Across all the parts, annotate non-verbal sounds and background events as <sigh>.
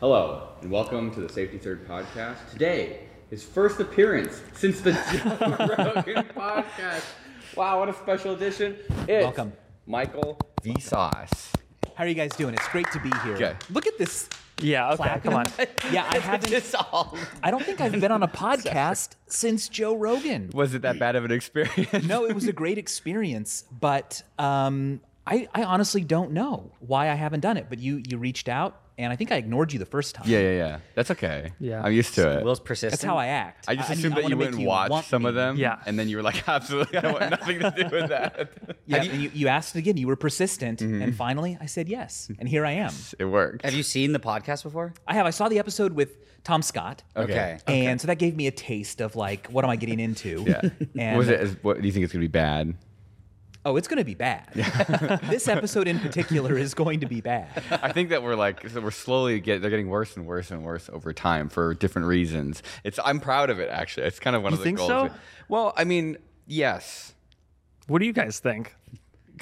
Hello, and welcome to the Safety Third podcast. Today, his first appearance since the <laughs> Joe Rogan podcast. Wow, what a special edition. It's Welcome. Michael Vsauce. How are you guys doing? It's great to be here. Good. Look at this. Yeah, okay, come on. Yeah, <laughs> I <laughs> haven't. It's all. I don't think I've been <laughs> on a podcast since Joe Rogan. <laughs> Was it that bad of an experience? No, it was a great experience, but um, I, I honestly don't know why I haven't done it. But you you reached out, and I think I ignored you the first time. Yeah, yeah, yeah. That's okay. Yeah. I'm used to it. Will's persistent. That's how I act. I just need- assumed that wanna you make wouldn't want watch some of me. them. Yeah. And then you were like, <laughs> absolutely, I want nothing to do with that. Mm-hmm. Yeah, and you, you asked again. You were persistent, and finally I said yes, and here I am. It worked. Have you seen the podcast before? I have. I saw the episode with Tom Scott. Okay. And so that gave me a taste of like, what am I getting into? <laughs> Yeah. <laughs> And was it? As, what, do you think it's gonna be bad? Oh, it's going to be bad. <laughs> this episode in particular is going to be bad. I think that we're like so we're slowly get they're getting worse and worse and worse over time for different reasons. It's I'm proud of it actually. It's kind of one You of the think goals. so? Well, I mean, yes. What do you guys think?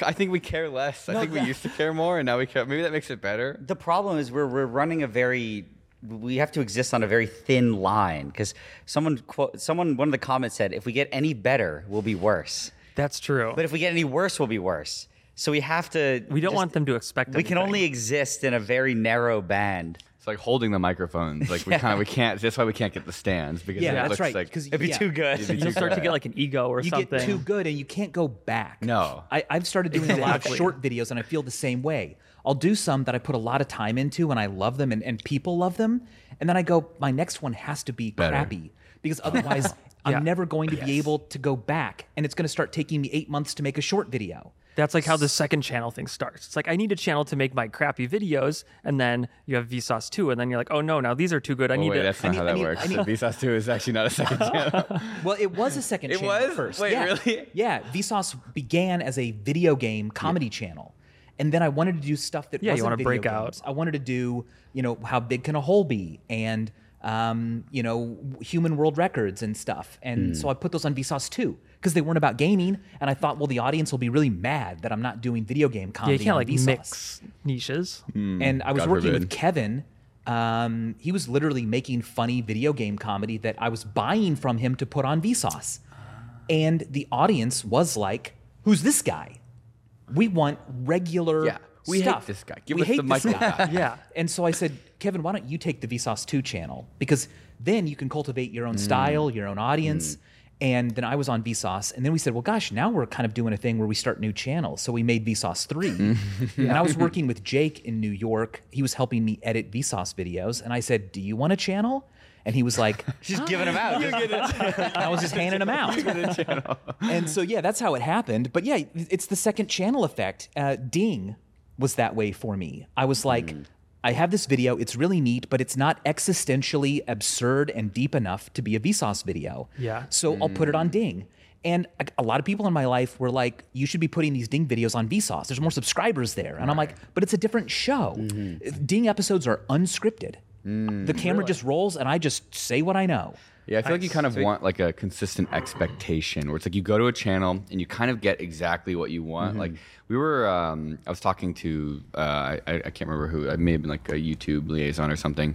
I think we care less. I think we used to care more, and now we care. Maybe that makes it better. The problem is we're we're running a very we have to exist on a very thin line because someone quote someone one of the comments said if we get any better we'll be worse That's true. but if we get any worse we'll be worse so we have to we don't just- want them to expect. we can anything. only exist in a very narrow band It's like holding the microphones. Like we kind of we can't. That's why we can't get the stands because Yeah, it that's looks right. like Because it'd be too good It'd be You'll too start to good. get like an ego or You something. get too good and you can't go back. No. I, I've started doing a lot of Exactly. short videos and I feel the same way. I'll do some that I put a lot of time into and I love them and, and people love them. And then I go, my next one has to be crappy because otherwise <laughs> Yeah. I'm never going to be able to go back. And it's going to start taking me eight months to make a short video. That's like how the second channel thing starts. It's like I need a channel to make my crappy videos, and then you have Vsauce two, and then you're like, oh no, now these are too good. I Oh, need wait, to. that's not need- how I that need- works. I need- <laughs> The Vsauce 2 is actually not a <laughs> second channel. Well, it was a second It channel at was? first. Wait, yeah. really? Yeah, Vsauce began as a video game comedy channel. And then I wanted to do stuff that Yeah, you wasn't wanna video break games. out. I wanted to do, you know, how big can a hole be and um, you know, human world records and stuff. Hmm. And so I put those on Vsauce too because they weren't about gaming and I thought, well, the audience will be really mad that I'm not doing video game yeah, comedy you can't on like Vsauce mix niches. and I was Hmm. God working with forbid. Kevin. Um, he was literally making funny video game comedy that I was buying from him to put on Vsauce. And the audience was like, Who's this guy? We want regular Yeah, we hate stuff. this guy. Give we us hate the this Michael guy. guy. Yeah. And so I said, Kevin, why don't you take the Vsauce 2 channel? Because then you can cultivate Mm. your own style, your own audience. And then I was on Vsauce. And then we said, well, gosh, now we're kind of doing a thing where we start new channels. So we made Vsauce <laughs> 3. And I was working with Jake in New York. He was helping me edit Vsauce videos. And I said, do you want a channel? And he was like, <laughs> she's giving them out and I was just handing them out. and so, yeah, that's how it happened. But yeah, it's the second channel effect. Uh, Ding was that way for me. I was like, I have this video. It's really neat, but it's not existentially absurd and deep enough to be a Vsauce video. Yeah. So I'll put it on Ding. And a, a lot of people in my life were like, you should be putting these Ding videos on Vsauce. There's more subscribers there. And I'm like, but it's a different show. Ding episodes are unscripted. the camera just rolls and I just say what I know. yeah, I feel like you kind of want like a consistent expectation where it's like you go to a channel and you kind of get exactly what you want. Like we were, um, I was talking to, uh, I, I can't remember who, I may have been like a YouTube liaison or something.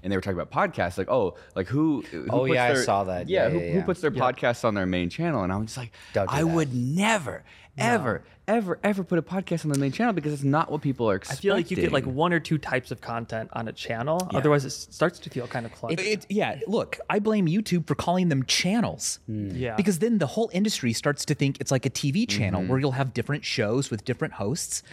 And they were talking about podcasts, like oh, like who? who Oh, puts yeah, I their- saw that. Yeah, Yeah, who, yeah, who yeah. puts their podcasts on their main channel? And I'm just like, Don't do I that. would never, ever, ever, ever put a podcast on the main channel because it's not what people are I expecting. feel like you get like one or two types of content on a channel. Otherwise, it starts to feel kind of cluttered. It, yeah, look, I blame YouTube for calling them channels. Hmm. Yeah. Because then the whole industry starts to think it's like a TV channel Mm-hmm. where you'll have different shows with different hosts,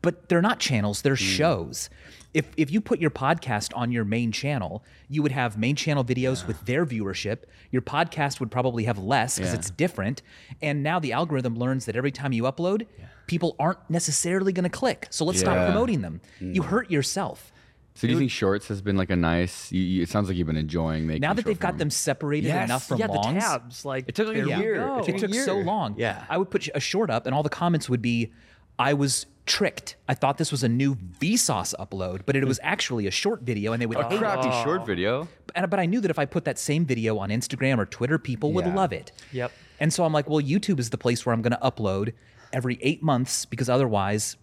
but they're not channels, Hmm. they're shows. If, if you put your podcast on your main channel, you would have main channel videos with their viewership. Your podcast would probably have less because Yeah. it's different. And now the algorithm learns that every time you upload, people aren't necessarily going to click. So let's stop Yeah. Hmm. promoting them. You hurt yourself. So do you think shorts has been like a nice? You, you, it sounds like you've been enjoying making. Now that short they've got form. them separated Yes. enough from yeah, the longs, tabs like It took like a they're year. weird. It took It took so year. long. Yeah. I would put a short up, and all the comments would be, I was tricked. I thought this was a new Vsauce upload, but it was actually a short video, and they would hate crappy it. short video. And, but I knew that if I put that same video on Instagram or Twitter, people would Yeah. love it. Yep. And so I'm like, well, YouTube is the place where I'm going to upload every eight months because otherwise,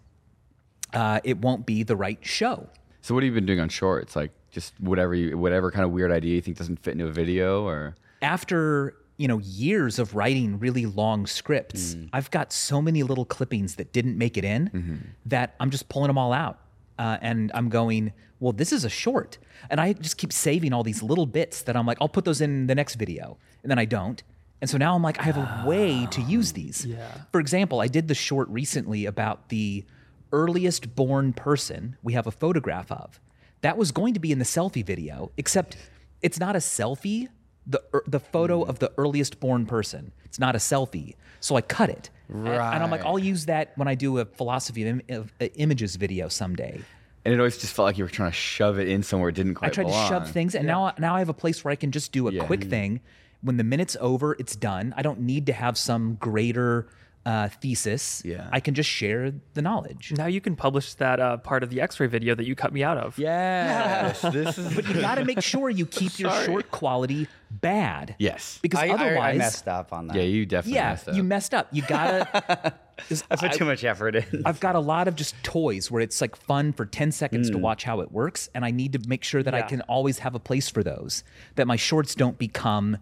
uh, it won't be the right show. So what have you been doing on shorts? Like just whatever you, whatever kind of weird idea you think doesn't fit into a video or after you know years of writing really long scripts i've got so many little clippings that didn't make it in that i'm just pulling them all out uh, and i'm going well this is a short and i just keep saving all these little bits that i'm like i'll put those in the next video and then i don't and so now i'm like i have a way to use these yeah. for example i did the short recently about the earliest born person we have a photograph of that was going to be in the selfie video except it's not a selfie the er- the photo of the earliest born person. It's not a selfie. So I cut it. And- And, I'm like, Right. I'll use that when I do a philosophy of, im- of uh, images video someday. and it always just felt like you were trying to shove it in somewhere it didn't I quite tried belong. to uh, shove things, and now now I have a place where I can just do a Yeah. quick thing. When the minute's over, it's done. I don't need to have some greater uh, thesis. Yeah. I can just share the knowledge. Now you can publish that uh, part of the X-ray video that you cut me out of. Yes, this is But you got to make sure you <laughs> keep your short quality bad. <laughs> yes. Because <laughs> I, otherwise, I, I messed up on that. Yeah, you definitely yeah, messed up. you messed up. You gotta. I put too much effort <laughs> in. I've got a lot of just toys where it's like fun for 10 seconds to watch how it works. And I need to make sure that I Yeah. can always have a place for those, that my shorts don't become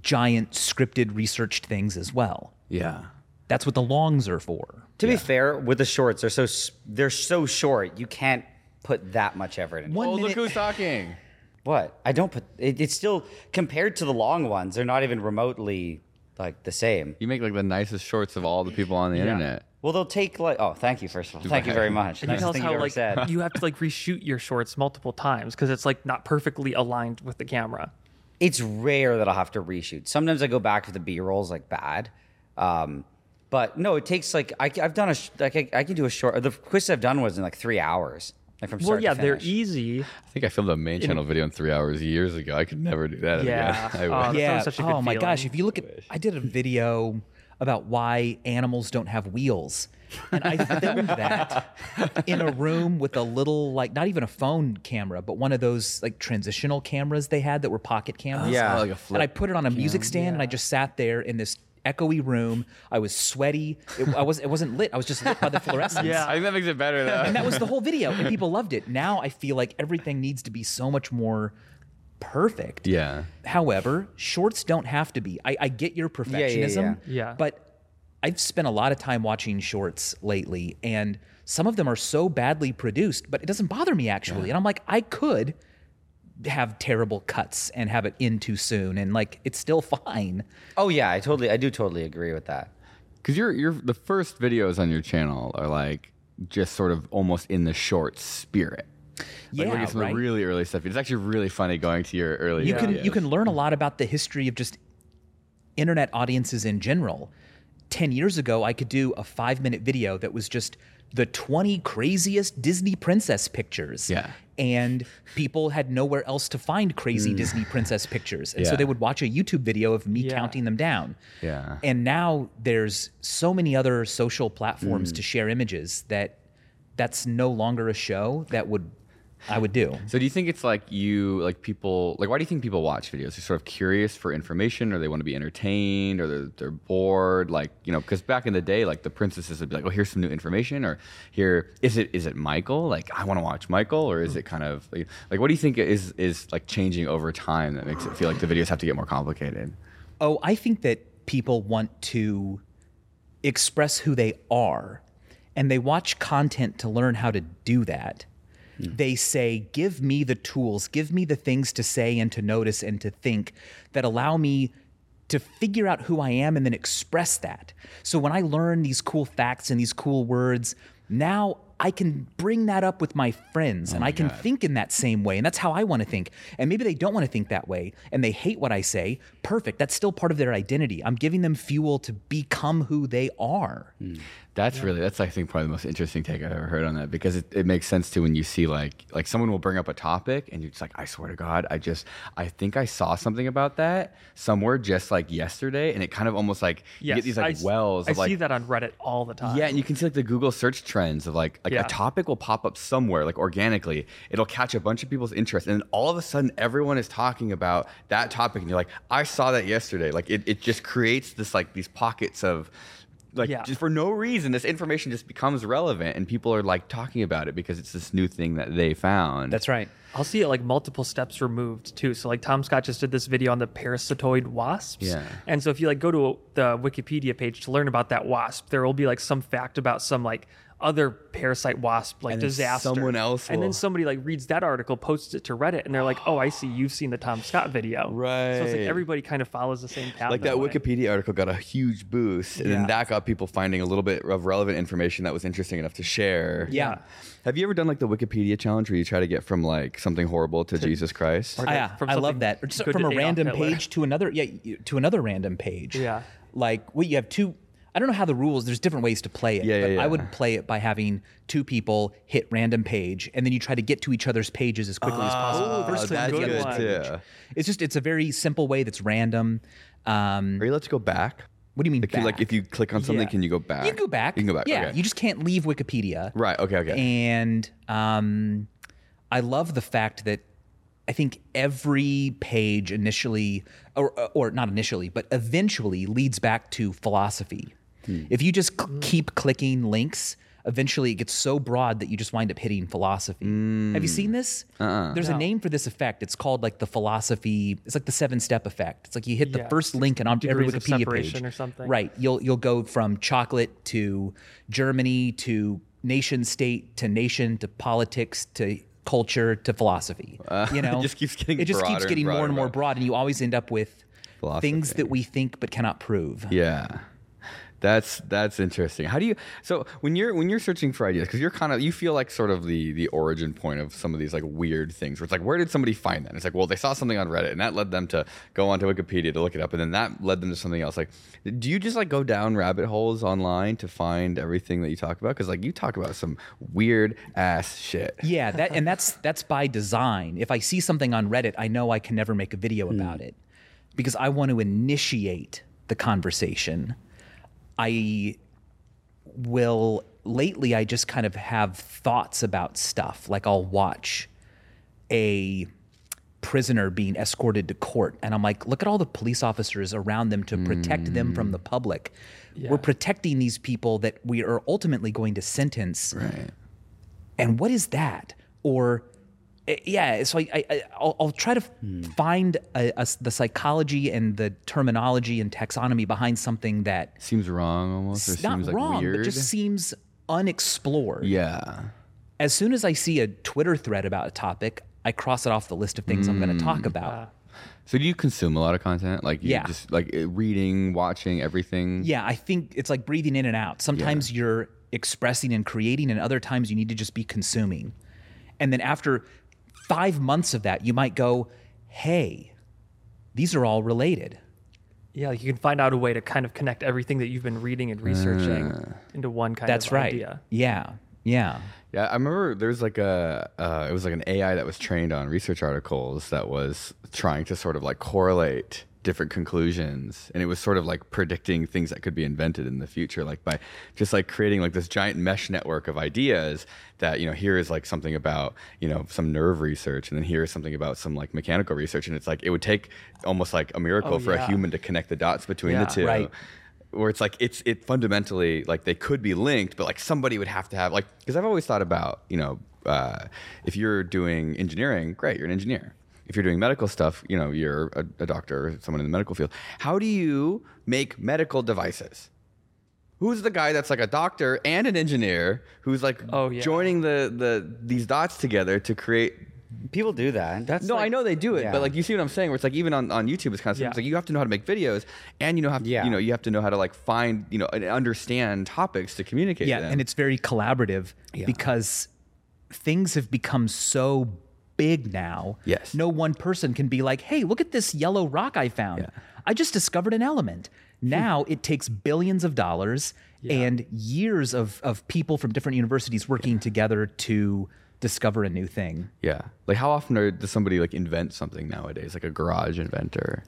giant scripted researched things as well. yeah. That's what the longs are for. to be fair, with the shorts, they're so s- they're so short. You can't put that much effort in. One Oh, look minute- who's talking. What? I don't put. It, it's still compared to the long ones. They're not even remotely like the same. You make like the nicest shorts of all the people on the internet. Well, they'll take like. Oh, thank you first of all. Thank you very much. Can you Nice tell us thing you how ever like said. you have to <laughs> like reshoot your shorts multiple times because it's like not perfectly aligned with the camera. it's rare that I'll have to reshoot. Sometimes I go back if the B rolls like bad. Um, but no, it takes like I, have done a sh- like I, I can do a short. The quiz I've done was in like three hours, like from start well, yeah, to they're e- finish. easy. I think I filmed a main channel video in three hours years ago. I could never do that Yeah. again. <laughs> I Oh, wish. that's always such a good oh my gosh! feeling. If you look at, I did a video about why animals don't have wheels, and I filmed that in a room with a little, like, not even a phone camera, but one of those like transitional cameras they had that were pocket cameras. Yeah. Oh, like a and I flip put it on a music stand, and I just sat there in this echoey room. I was sweaty. It, I was. It wasn't lit. I was just lit by the fluorescence. Yeah. I think that makes it better though. And <laughs> that was the whole video, and people loved it. Now I feel like everything needs to be so much more perfect. yeah. However, shorts don't have to be. I, I get your perfectionism. yeah. Yeah. But I've spent a lot of time watching shorts lately, and some of them are so badly produced, but it doesn't bother me actually. And I'm like, I could have terrible cuts and have it in too soon, and like it's still fine. Oh yeah, I totally, I do totally agree with that. Because your your the first videos on your channel are like just sort of almost in the short spirit. Like yeah, looking at some of the right. really early stuff. It's actually really funny going to your early. you can you videos. can learn a lot about the history of just internet audiences in general 10 years ago i could do a five minute video that was just the 20 craziest disney princess pictures Yeah. and people had nowhere else to find crazy disney princess pictures and so Hmm. Yeah. they would watch a youtube video of me counting them down Yeah. and now there's so many other social Hmm. platforms to share images that that's no longer a show that would i would do So do you think it's like you like people like why do you think people watch videos? They're sort of curious for information, or they want to be entertained, or they're they're bored. Like you know, because back in the day, like the princesses would be like, oh, here's some new information, or here is it is it Michael? Like I want to watch Michael, or Hmm. is it kind of like, like what do you think is is like changing over time that makes it feel like the videos have to get more complicated? Oh, I think that people want to express who they are and they watch content to learn how to do that. They say, Give me the tools, give me the things to say and to notice and to think that allow me to figure out who I am and then express that. So when I learn these cool facts and these cool words, now I can bring that up with my Oh friends and I can think in that same way. And that's how I want to think. And maybe they don't want to think that way and they hate what I say. Perfect. That's still part of their identity. I'm giving them fuel to become who they are. Mm. That's really that's I think probably the most interesting take I've ever heard on that because it, it makes sense to when you see like like someone will bring up a topic and you're just like I swear to God I just I think I saw something about that somewhere just like yesterday and it kind of almost like you get these I like s- wells I of like see that on Reddit all the time. yeah, and you can see like the Google search trends of like like Yeah. a topic will pop up somewhere like organically. It'll catch a bunch of people's interest, and then all of a sudden everyone is talking about that topic, and you're like, I saw that yesterday. Like it, it just creates this like these pockets of like Yeah. just for no reason this information just becomes relevant and people are like talking about it because it's this new thing that they found That's right. I'll see it like multiple steps removed too. So like Tom Scott just did this video on the parasitoid wasps. Yeah. And so if you like go to the Wikipedia page to learn about that wasp, there will be like some fact about some like other parasite wasp like And then disaster. someone else And then will- somebody like reads that article, posts it to Reddit, and they're like, "Oh, I see. You've seen the Tom Scott video." So it's like Right. everybody kind of follows the same path. like that way. Wikipedia article got a huge boost, and then Yeah. that got people finding a little bit of relevant information that was interesting enough to share. Yeah. Have you ever done like the Wikipedia challenge where you try to get from like something horrible to Jesus Christ? like Ah, yeah, from I something love that. Or just good from to a Adolf random Hitler. page to another, yeah, you- to another random page. Yeah. Like, well, you have two. I don't know how the rules. There's different ways to play it. Yeah, yeah, but I yeah. would play it by having two people hit random page, and then you try to get to each other's pages as quickly as Oh, possible. Ah, that's First one to good the other's one. page. Yeah. It's just it's a very simple way that's random. Um, Are you allowed to go back? what do you mean? Like, you- like back? if you click on something, Yeah. can you go back? You can go back. You can go back. Yeah, okay. you just can't leave Wikipedia. right. Okay. Okay. And um, I love the fact that I think every page initially, or, or not initially, but eventually leads back to philosophy. If you just cl- keep clicking links, eventually it gets so broad that you just wind up hitting philosophy. Have you seen this? There's a name for this effect. It's called like the philosophy. It's like the seven step effect. It's like you hit the Yeah. first link and on every Degrees of Wikipedia separation page or something. Right right. You'll you'll go from chocolate to Germany to nation state to nation to politics to culture to philosophy. <laughs> you know, Uh, it just keeps getting it just broader keeps and getting more broader and and more broader. broad, and you always end up with things Philosophy. that we think but cannot prove. Yeah. That's that's interesting. How do you so when you're when you're searching for ideas because you're kind of you feel like sort of the the origin point of some of these like weird things where it's like where did somebody find that? And it's like well they saw something on Reddit and that led them to go onto Wikipedia to look it up and then that led them to something else. Like do you just like go down rabbit holes online to find everything that you talk about? Because like you talk about some weird ass shit. Yeah, that and that's that's by design. If I see something on Reddit, I know I can never make a video about it because I want to initiate the conversation. I will lately I just kind of have thoughts about stuff. Like I'll watch a prisoner being escorted to court and I'm like, look at all the police officers around them to protect them from the public. We're protecting these people that we are ultimately going to sentence Right. and what is that or eh, yeah so i, I- I I'll, I'll try to f- Hmm. find a, a s- the psychology and the terminology and taxonomy behind something that Seems wrong almost. Or it's not seems like wrong weird. but just seems unexplored yeah. as soon as i see a twitter thread about a topic i cross it off the list of things i'm going to Hmm. talk about So do you consume a lot of content? Like you Yeah. just like eh, reading, watching everything. yeah i think it's like breathing in and out sometimes you're expressing and creating and other times you need to just be consuming and then after five months of that you might go hey these are all related Yeah, like you can find out a way to kind of connect everything that you've been reading and researching Ah. into one kind that's of right idea. yeah yeah Yeah, I remember there was like a uh, it was like an AI that was trained on research articles that was trying to sort of like correlate different conclusions and it was sort of like predicting things that could be invented in the future like by just like creating like this giant mesh network of ideas that you know here is like something about you know some nerve research and then here is something about some like mechanical research and it's like it would take almost like a miracle for a yeah. human to connect the dots between Yeah. the two Right. where it's like it's it fundamentally like they could be linked, but like somebody would have to have like because I've always thought about you know uh, if you're doing engineering, great, you're an engineer. If you're doing medical stuff, you know you're a, a doctor or someone in the medical field. How do you make medical devices? Who's the guy that's like a doctor and an engineer who's like Oh, yeah. joining the the these dots together to create People do that. That's no, I like- know they do it, yeah. but like you see what I'm saying? Where it's like even on, on YouTube, it's kind of Yeah. it's like you have to know how to make videos, and you know have to, Yeah. you know you have to know how to like find you know and understand topics to communicate. yeah them. and it's very collaborative because things have become so big now Yes. no one person can be like hey look at this yellow rock i found i just discovered an element Hmm. now it takes billions of dollars and years of, of people from different universities working together to discover a new thing yeah, like how often are, does somebody like invent something nowadays? Like a garage inventor.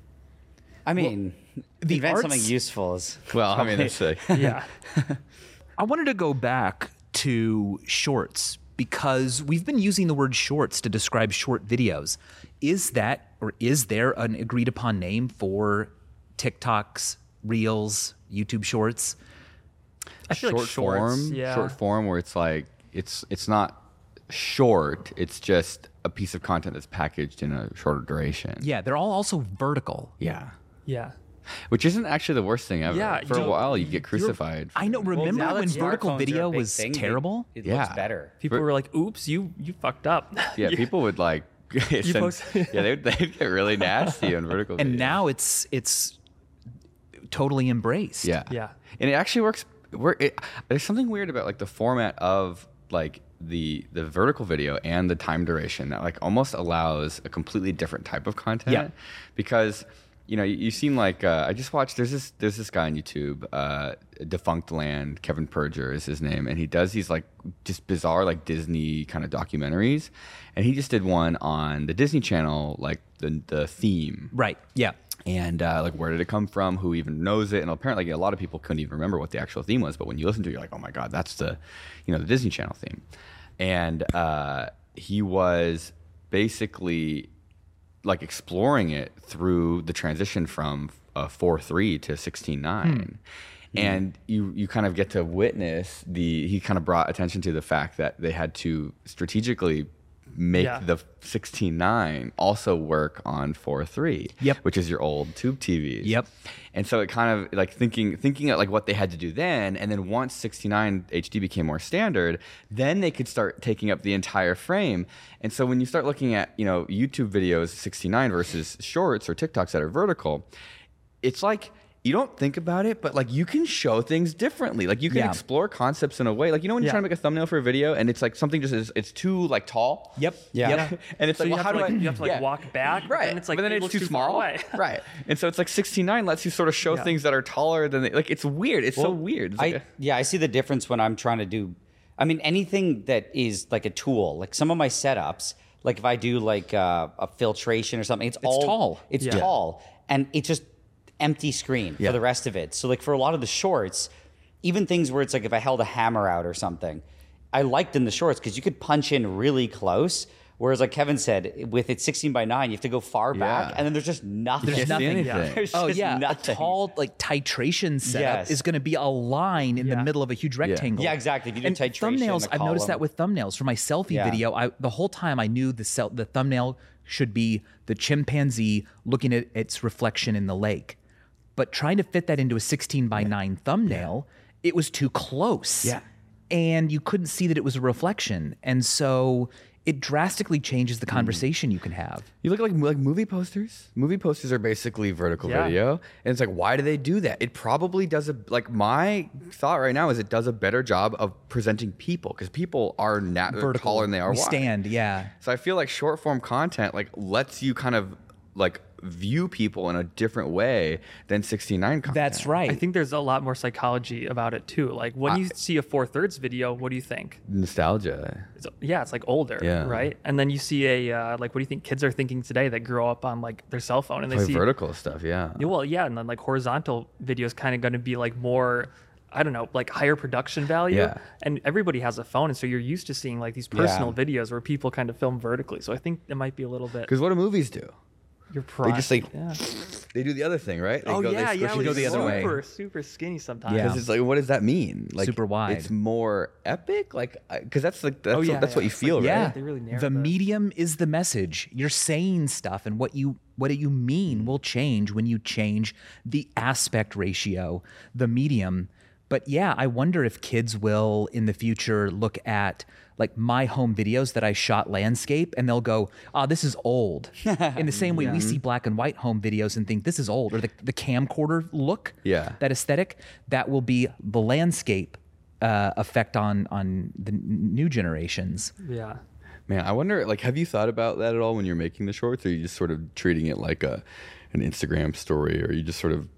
I mean, the invent arts- something useful is Well, I mean that's like <laughs> Yeah. I wanted to go back to shorts because we've been using the word shorts to describe short videos. Is that or is there an agreed upon name for TikToks, Reels, YouTube Shorts? feel short like shorts, form, yeah. short form, where it's like it's it's not short. It's just a piece of content that's packaged in a shorter duration. Yeah, they're all also vertical. Yeah. Yeah. Which isn't actually the worst thing ever. Yeah, For a you- while, you get crucified. I know. Well, Remember now that when vertical smartphones are a video big was thing, it- terrible? It, Yeah. looks better. People were like, "Oops, you you fucked up." <laughs> <laughs> yeah, people would like. <laughs> send- post- yeah, they'd, they'd get really nasty on vertical. And videos. now it's it's totally embraced. Yeah. Yeah. And it actually works. Where it, there's something weird about like the format of like the the vertical video and the time duration that like almost allows a completely different type of content. Yeah. Because you know you, you seem like uh, I just watched. There's this there's this guy on YouTube, uh, Defunct Land. Kevin Perger is his name, and he does these like just bizarre like Disney kind of documentaries. And he just did one on the Disney Channel, like the the theme Right. Yeah. and uh, like where did it come from who even knows it and apparently a lot of people couldn't even remember what the actual theme was but when you listen to it you're like oh my god that's the you know the disney channel theme and uh, he was basically like exploring it through the transition from uh, 4-3 to 16-9 and you you kind of get to witness the he kind of brought attention to the fact that they had to strategically make Yeah. the 16-9 also work on 4-3 Yep. which is your old tube tvs Yep. and so it kind of like thinking thinking of like what they had to do then, and then once 69 HD became more standard, then they could start taking up the entire frame. And so when you start looking at you know YouTube videos 69 versus shorts or TikToks that are vertical, it's like you don't think about it, but like you can show things differently. Like you can Yeah. explore concepts in a way. Like you know when you're Yeah. trying to make a thumbnail for a video, and it's like something just is it's too like tall. Yep. Yeah. Yep. <laughs> And it's So like, you well, have how to, do like- I? you have to, like, yeah. walk back, but right? then it's, like, but then it it's looks too, too far small, <laughs> away. right? And so it's like 69 lets you sort of show Yeah. things that are taller than they, like it's weird. It's so weird. It's like I a- yeah, I see the difference when I'm trying to do. I mean, anything that is like a tool, like some of my setups, like if I do like uh, a filtration or something, it's, all tall. It's Yeah. tall, and it's just empty screen for the rest of it. So like for a lot of the shorts, even things where it's like if I held a hammer out or something, I liked in the shorts because you could punch in really close. Whereas, like Kevin said, with it's 16 by 9, you have to go far back, Yeah. and then there's just nothing. can't see nothing, anything. yeah. <laughs> There's Oh just yeah, nothing. a tall like titration setup Yes. is going to be a line in the Yeah. middle of a huge rectangle. Yeah, exactly. If you do and titration, thumbnails, a I've noticed that column. with thumbnails for my selfie Yeah. video. I the whole time I knew the cel- the thumbnail should be the chimpanzee looking at its reflection in the lake, but trying to fit that into a sixteen by nine thumbnail, it was too close. Yeah. and you couldn't see that it was a reflection, and so it drastically changes Hmm. the conversation you can have. You look like like movie posters. Movie posters are basically vertical Yeah. video, and it's like, why do they do that? It probably does a like my thought right now is it does a better job of presenting people because people are nat- they're Vertical, taller than they are we wide. stand. Yeah, So I feel like short form content like lets you kind of like view people in a different way than 69 content. that's right. I think there's a lot more psychology about it too. Like when you see a four thirds video, what do you think? nostalgia. It's, yeah, it's like older, Yeah. right? And then you see a uh, like, what do you think kids are thinking today that grow up on like their cell phone and they Like see vertical stuff, yeah. Yeah, well, yeah, and then like horizontal video is kind of going to be like more, I don't know, like higher production value. Yeah. And everybody has a phone, and so you're used to seeing like these personal videos where people kind of film vertically. So I think it might be a little bit. Because what do movies do? You're pri- just, like, yeah. They do the other thing, right? They oh yeah, they yeah, squish like, it the other super, way. super skinny sometimes. Yeah. Because it's like, what does that mean? Like Super wide. It's more epic, like because that's like that's, Oh, yeah, what, that's yeah. what you It's like- feel, yeah, right? They really narrow the the- medium is the message. You're saying stuff, and what you what you mean will change when you change the aspect ratio, the medium. But yeah, I wonder if kids will in the future look at like my home videos that I shot landscape, and they'll go, "Ah, this is old." in the same way we see black and white home videos and think this is old, or the the camcorder look, Yeah. that aesthetic, that will be the landscape. Uh, effect on on the n- new generations. yeah. Man, I wonder. Like, have you thought about that at all when you're making the shorts? Or are you just sort of treating it like a an Instagram story, or are you just sort of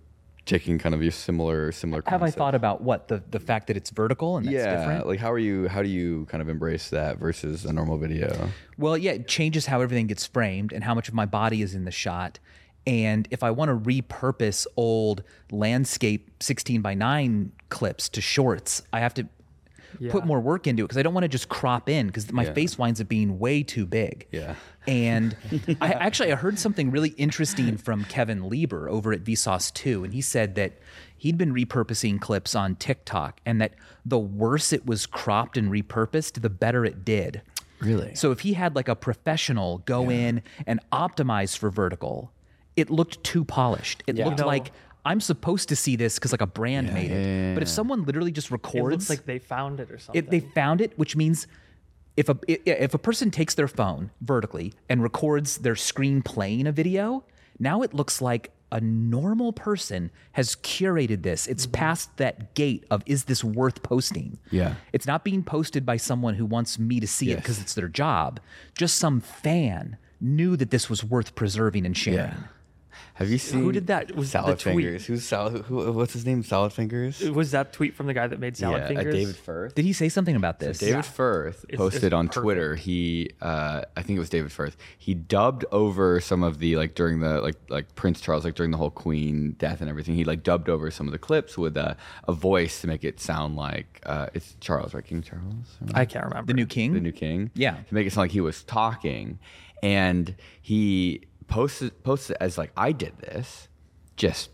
taking kind of your similar similar? Have I concept? thought about what the the fact that it's vertical and that's Yeah, different? like how are you? How do you kind of embrace that versus a normal video? Well, yeah, it changes how everything gets framed and how much of my body is in the shot. And if I want to repurpose old landscape 16 by 9 clips to shorts, I have to put more work into it because I don't want to just crop in because my face winds up being way too big. Yeah. And I actually I heard something really interesting from Kevin Lieber over at Vsauce 2, and he said that he'd been repurposing clips on TikTok and that the worse it was cropped and repurposed, the better it did. Really? So if he had like a professional go in and optimize for vertical, it looked too polished. It looked No. like I'm supposed to see this because like a brand made it. But if someone literally just It records, looks like they found it or something. it, they found it, which means if a i- if a person takes their phone vertically and records their screen playing a video, now it looks like a normal person has curated this. It's Mm-hmm. past that gate of is this worth posting? Yeah. It's not being posted by someone who wants me to see it because it's their job. Just some fan knew that this was worth preserving and sharing. Have you seen Who did that? Was the Salad tweet- Fingers? Who's Salad? Who, what's his name? Salad Fingers. was that tweet from the guy that made salad yeah, uh, fingers. David Firth. Did he say something about this? David Firth posted on Twitter. He, uh, I think it was David Firth. He dubbed over some of the like during the like like Prince Charles like during the whole Queen death and everything. He like dubbed over some of the clips with a, a voice to make it sound like uh, it's Charles, right? King Charles, I can't remember. The new king? the new king. Yeah. to make it sound like he was talking, and he posted posted it as like I did this, just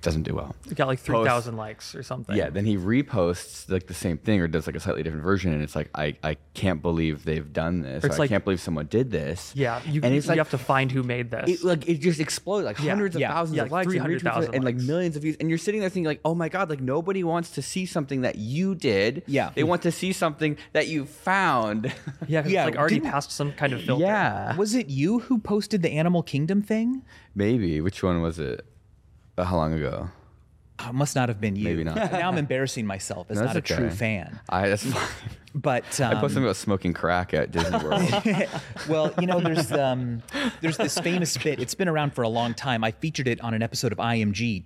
doesn't do well. It got like three thousand likes or something. Yeah, then he reposts like the same thing or does like a slightly different version, and it's like I, I can't believe they've done this. Or Or it's I like- can't believe someone did this. yeah. You, and it's you like have to find who made this. it, like it just exploded like hundreds yeah, of thousands yeah, of like likes, and 300,000 retweets and like likes. millions of views, and you're sitting there thinking like, oh my god, like nobody wants to see something that you did. Yeah. they want to see something that you found. <laughs> yeah, 'cause yeah, it's like already didn't- passed some kind of filter. yeah, Was it you who posted the Animal Kingdom thing? maybe which one was it? Uh, how long ago? Oh, it must not have been you. Maybe not. <laughs> now I'm embarrassing myf as No, not that's a true okay. fan. I that's fine. <laughs> But I <laughs> posted um, something about smoking crack at Disney <laughs> World. well, you know, there's um, there's this famous bit. It's been around for a long time. I featured it on an episode of IMG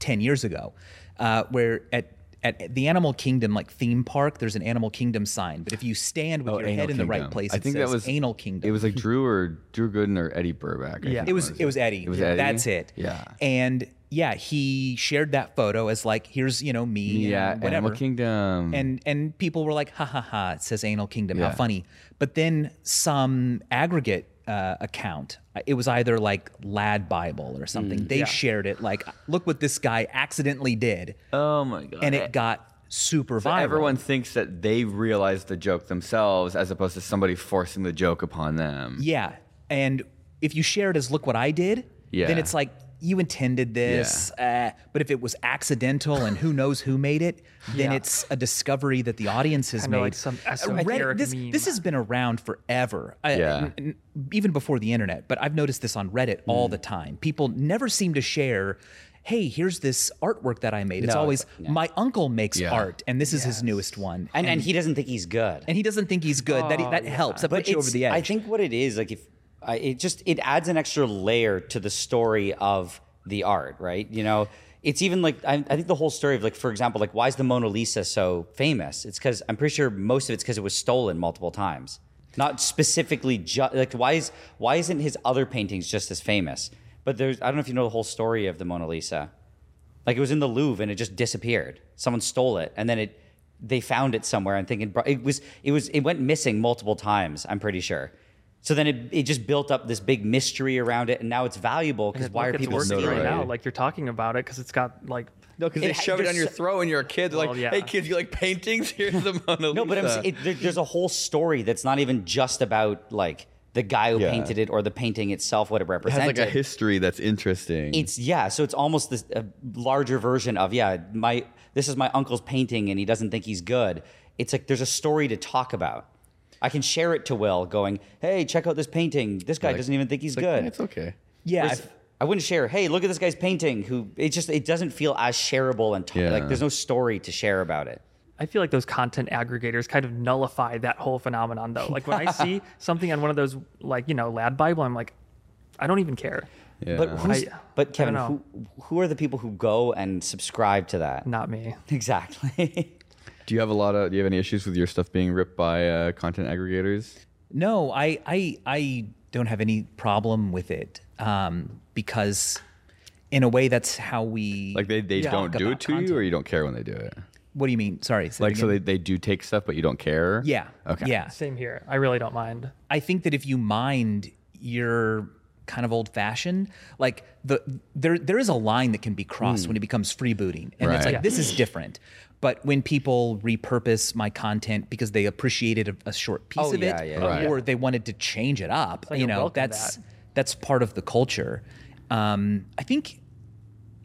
ten years ago, uh, where at at the Animal Kingdom like theme park, there's an Animal Kingdom sign. But if you stand with your head Oh, Anal in the right Kingdom. place, I it think says that was Anal Kingdom. It was like Drew or Drew Gooden or Eddie Burback. I Yeah. think It was was it was Eddie. It was Eddie. That's it. Yeah. And yeah, he shared that photo as like, here's you know me. Yeah, and whatever. Animal Kingdom. and and people were like, ha ha ha, it says anal kingdom, Yeah. how funny. But then some aggregate uh, account, it was either like Lad Bible or Mm, something. they shared it like, look what this guy accidentally did, oh my god. and it got super So viral. everyone thinks that they realized the joke themselves, as opposed to somebody forcing the joke upon them. yeah. And if you share it as look what I did, Yeah. then it's like you intended this. Uh, but if it was accidental and who knows who made it, then Yeah. it's a discovery that the audience has Kinda made. Uh, like some Reddit- esoteric this, meme. this has been around forever, I- Yeah. n- n- even before the internet. But I've noticed this on Reddit all Mm. the time. People never seem to share. Hey, here's this artwork that I made. It's No, always it's- no. my uncle makes Yeah. art, and this is his newest one. and and he doesn't think he's good. And he doesn't think he's good. that Oh, that helps. That puts you over it's- the edge. I think what it is like if I, it just it adds an extra layer to the story of the art, right? You know, it's even like I, I think the whole story of like for example, like why is the Mona Lisa so famous? It's because I'm pretty sure most of it's because it was stolen multiple times. Not specifically just like why is why isn't his other paintings just as famous? But there's I don't know if you know the whole story of the Mona Lisa. Like it was in the Louvre and it just disappeared. Someone stole it and then it they found it somewhere and thinking bro- it was it was it went missing multiple times, I'm pretty sure. So then it, it just built up this big mystery around it and now it's valuable because And why look, are it's people working stealing right it? now? Notoriety. Like you're talking about it because it's got like No, because It they ha- shove it there's on your so- throat when you're a kid. They're Well, like, yeah. hey, kids, you like paintings? <laughs> Here's the Mona Lisa. No, but I'm, s- it, there, there's a whole story that's not even just about like the guy who Yeah. painted it or the painting itself, what it it has like represented. a history that's interesting. it's yeah, so it's almost this a larger version of yeah, my this is my uncle's painting and he doesn't think he's good. It's like there's a story to talk about. I can share it to Will, going, "Hey, check out this painting. This guy doesn't even think he's like, good." "Eh, It's okay. yeah. Whereas I've- I wouldn't share. Hey, look at this guy's painting. Who it just it doesn't feel as shareable and t- Yeah. like there's no story to share about it. I feel like those content aggregators kind of nullify that whole phenomenon though. Like when I see something on one of those like you know Lad Bible, I'm like, I don't even care. Yeah. But who's, I- but Kevin, I don't who who are the people who go and subscribe to that? Not me. <laughs> Exactly. do you have a lot of? Do you have any issues with your stuff being ripped by uh, content aggregators? No, I I I don't have any problem with it um, because, in a way, that's how we Like they, they Yeah. don't Talk do about it to you, or you don't care when they do it. What do you mean? Sorry. say that Like, so again. they, they do take stuff, but you don't care? yeah. Okay. Yeah. Same here. I really don't mind. I think that if you mind, you're kind of old fashioned. Like the there there is a line that can be crossed when it becomes freebooting. And it's Hmm. Right. like Yeah. this is different. But when people repurpose my content because they appreciated a, a short piece Oh, of yeah, it yeah, Right. yeah. or they wanted to change it up, like you a know, welcome that's that. that's part of the culture. Um, I think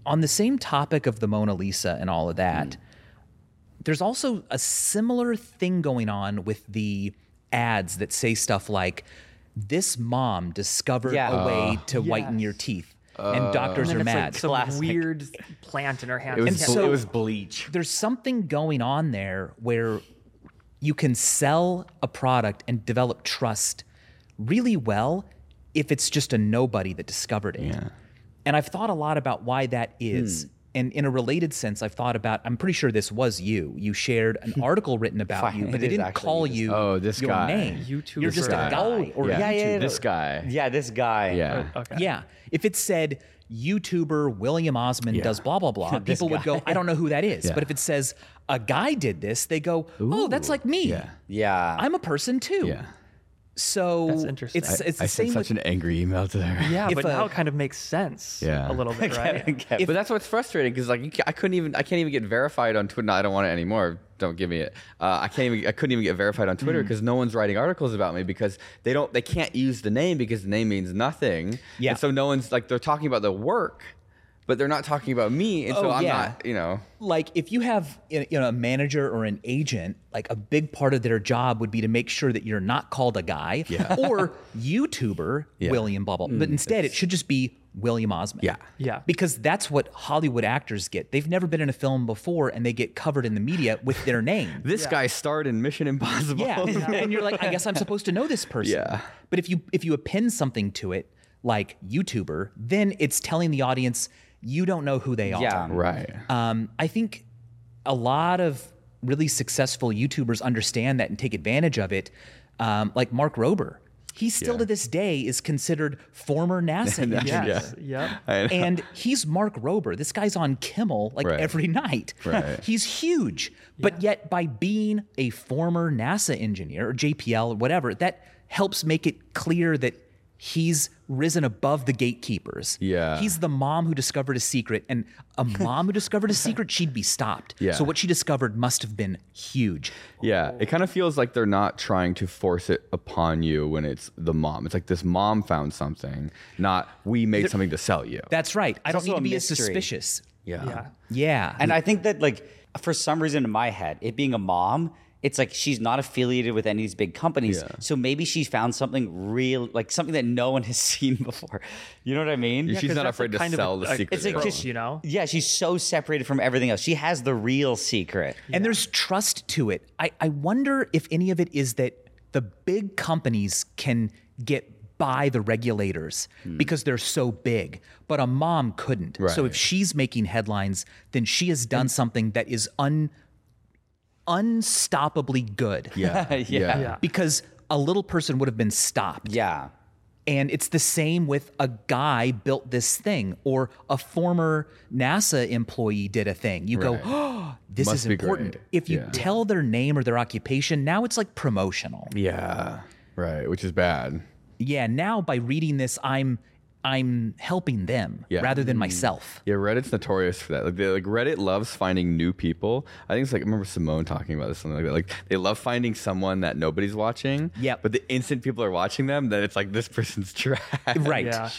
on the same topic of the Mona Lisa and all of that, Hmm. there's also a similar thing going on with the ads that say stuff like, this mom discovered Yeah. a way Uh, to whiten your yes. teeth, and doctors And are mad. it's like some weird plant in her hand. It was, Yeah. ble- so- it was bleach. there's something going on there where you can sell a product and develop trust really well if it's just a nobody that discovered it. And I've thought a lot about why that is. Hmm. And in a related sense, I've thought about I'm pretty sure this was you. You shared <laughs> an article written about you, but it they is didn't actually call you. you Oh, this your guy. name. YouTuber. You're just This a guy guy. or yeah. Yeah, yeah, yeah. This guy. Yeah, this guy. <laughs> Yeah. Okay. Yeah. If it said YouTuber William Osmond does blah <laughs> blah blah, people would go, I don't know who that is. But if it says a guy did this, they go, Oh, that's like me. Yeah. Yeah. I'm a person too. Yeah. So That's interesting. It's, it's the I sent same. such With, an angry email to her. Yeah, If but a- now it kind of makes sense Yeah. a little <laughs> bit, right? <laughs> Kevin. but that's what's frustrating because like you ca- I couldn't even I can't even get verified on Twitter. No, I don't want it anymore. Don't give me it. Uh, I can't even I couldn't even get verified on Mm. Twitter because no one's writing articles about me because they don't they can't use the name because the name means nothing. Yeah. And so no one's like they're talking about the work, but they're not talking about me. And so Oh, I'm yeah. not you know like if you have you know a manager or an agent, like a big part of their job would be to make sure that you're not called a guy <laughs> or YouTuber William blah blah. but instead, it should just be William Osmond. Yeah. Yeah. Because that's what Hollywood actors get. They've never been in a film before, and they get covered in the media with their name. <laughs> this guy starred in Mission Impossible. <laughs> Yeah. and you're like, I guess I'm supposed to know this person. Yeah. But if you if you append something to it, like YouTuber, then it's telling the audience you don't know who they are. Yeah. right. Um, I think a lot of really successful YouTubers understand that and take advantage of it. Um, like Mark Rober, he still Yeah. to this day is considered former NASA engineer. Yes. Yep. <laughs> I know. And he's Mark Rober. This guy's on Kimmel like Right. every night. <laughs> Right. He's huge. But yet, by being a former NASA engineer or JPL or whatever, that helps make it clear that he's risen above the gatekeepers. Yeah. He's the mom who discovered a secret. And a mom who discovered a secret, she'd be stopped. Yeah. So what she discovered must have been huge. Yeah, it kind of feels like they're not trying to force it upon you when it's the mom. It's like this mom found something, not we made something to sell you. That's right. I don't also need to a be as mystery. suspicious. Yeah. Yeah. And I think that like for some reason in my head, it being a mom, it's like she's not affiliated with any of these big companies. So maybe she found something real, like something that no one <laughs> has seen before. You know what I mean? She's 'cause not that's, afraid to like, kind of sell a- the a- secret It's a to kiss, everyone. you know. Yeah, she's so separated from everything else. She has the real secret. And there's trust to it. I, I wonder if any of it is that the big companies can get by the regulators because they're so big, but a mom couldn't. So if Hmm. Right. she's making headlines, then she has done something that is un unstoppably good. Yeah. yeah. Yeah. Because a little person would have been stopped. Yeah. And it's the same with a guy built this thing, or a former NASA employee did a thing. You go, Right. oh, this Must is be important. great. If you Yeah. tell their name or their occupation, now it's like promotional. Yeah. Yeah. Right, which is bad. now by reading this, I'm I'm helping them Yeah. Mm. rather than myself. Yeah, Reddit's notorious for that. Like, they, like Reddit loves finding new people. I think it's like I remember Simone talking about this something like that. Like they love finding someone that nobody's watching. Yep. But the instant people are watching them, then it's like this person's <laughs> trash. Right. Yeah.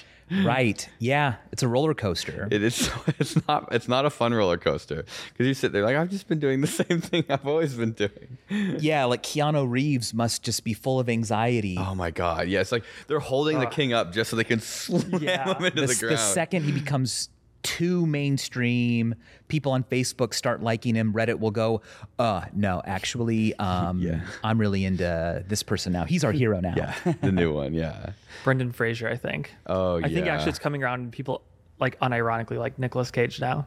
Right. Yeah. It's a roller coaster. It is. <laughs> It's not. It's not a fun roller coaster because you sit there like I've just been doing the <laughs> same thing I've always been doing. yeah, like Keanu Reeves must just be full of anxiety. Oh my god! Yeah, it's like they're holding the king up just so they can <laughs> slam Yeah. him into the, the, s- the ground. second he becomes too mainstream, people on Facebook start liking him. Reddit will go, uh, no, actually, <laughs> um, I'm really into this person now. He's our hero now. yeah, the new one. Yeah. Brendan Fraser, I think. Oh yeah. I think actually it's coming around and people like unironically like Nicolas Cage now.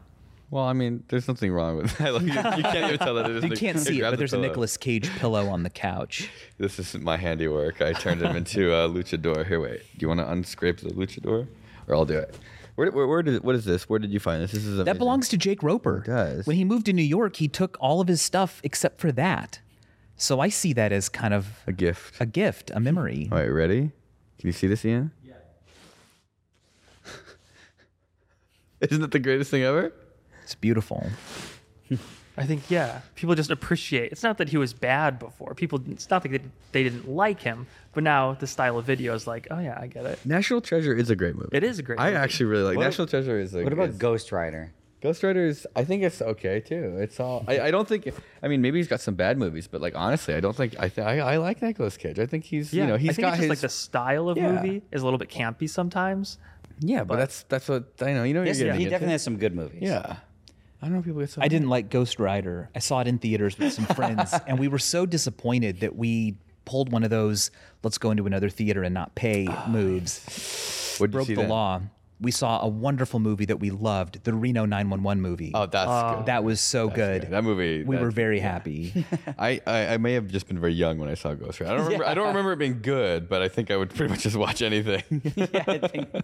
Well, I mean, there's nothing wrong with that. <laughs> Like, you, you can't even tell that. It is You can't see it, but there's a Nicholas. Nicolas Cage pillow on the couch. <laughs> This isn't my <laughs> handiwork. I turned him into a luchador. Here, wait. Do you want to unscrape the luchador, or I'll do it? Where, where, where did, what is this? Where did you find this? This is amazing. That belongs to Jake Roper. It does. When he moved to New York, he took all of his stuff except for that. So I see that as kind of a gift. a gift, a memory. All right, ready? Can you see this, Ian? Yeah. <laughs> Isn't it the greatest thing ever? It's beautiful. I think yeah, people just appreciate. It's not that he was bad before. People, it's not that they didn't like him, but now the style of video is like, oh yeah, I get it. National Treasure is a great movie. It is a great I movie. actually really like National Treasure. Is a, What about is- Ghost Rider? Ghost Rider's? I think it's okay too. It's all. I, I don't think. I mean, maybe he's got some bad movies, but like honestly, I don't think. I th- I, I like Nicolas Cage. I think he's. Yeah, You know, I he's think got it's his. just like the style of Yeah. movie is a little bit campy sometimes. yeah, but, that's that's what I know. You know, what Yes, you're getting he into. definitely has some good movies. Yeah. I don't know if people get so. I didn't like Ghost Rider. I saw it in theaters with some <laughs> friends, and we were so disappointed that we pulled one of those "let's go into another theater and not pay" moves. What'd Ah, you Broke see the then? law. We saw a wonderful movie that we loved, the Reno 911 movie. Oh, that's Uh, good. that was so good. That movie. we that- were very happy. <laughs> I, I I may have just been very young when I saw Ghost Rider. I don't <laughs> remember. I don't remember it being good, but I think I would pretty much just watch anything. yeah, I think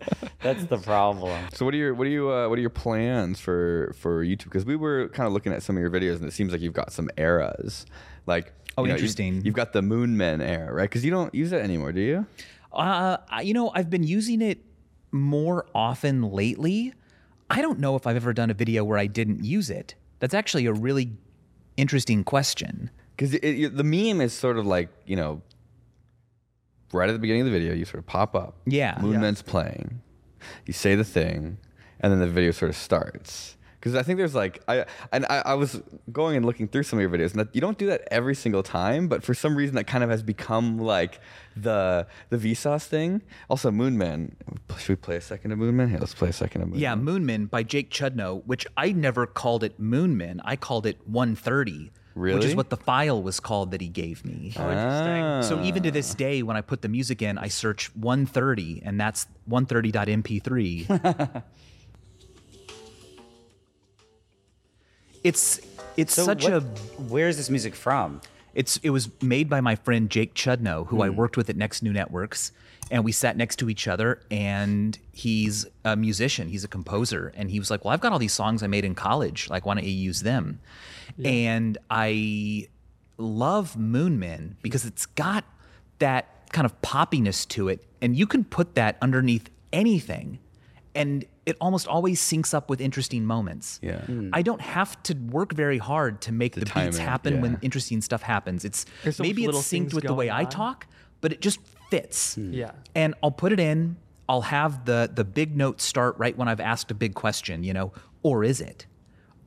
that's the problem. so what are your what are you uh, what are your plans for for YouTube? Because we were kind of looking at some of your videos, and it seems like you've got some eras. Like Oh, you know, you've- interesting. You've, got the Moon Men era, right? Because you don't use that anymore, do you? Uh, I- you know, I've been using it more often lately. I don't know if I've ever done a video where I didn't use it. That's actually a really interesting question. Because the meme is sort of like you know, right at the beginning of the video, you sort of pop up. Yeah. Moon Yeah. Men's playing. You say the thing, and then the video sort of starts. Because I think there's like I and I, I was going and looking through some of your videos, and that, you don't do that every single time, but for some reason that kind of has become like the the Vsauce thing. Also, Moon Man. Should we play a second of Moon Man? Here, let's play a second of Moon. Yeah, Man. Moonmen by Jake Chudnow, which I never called it Moonmen. I called it 130, which Really? is what the file was called that he gave me. Oh, Ah. So even to this day, when I put the music in, I search 130, and that's 130.mp3. it's it's So such what- a Where is this music from? it's it was made by my friend Jake Chudnow, who I worked with at Next New Networks, and we sat next to each other. And he's a musician, he's a composer, and he was like, "Well, I've got all these songs I made in college. Like, why don't you use them?" And I love Moonmen because it's got that kind of poppiness to it, and you can put that underneath anything, and it almost always syncs up with interesting moments. Yeah. Mm. I don't have to work very hard to make the, beats timing, happen when yeah. interesting stuff happens. It's There's so maybe it's much little synced things with the way going I on. talk, but it just fits. Hmm. Yeah. And I'll put it in. I'll have the the big notes start right when I've asked a big question. You know, or is it?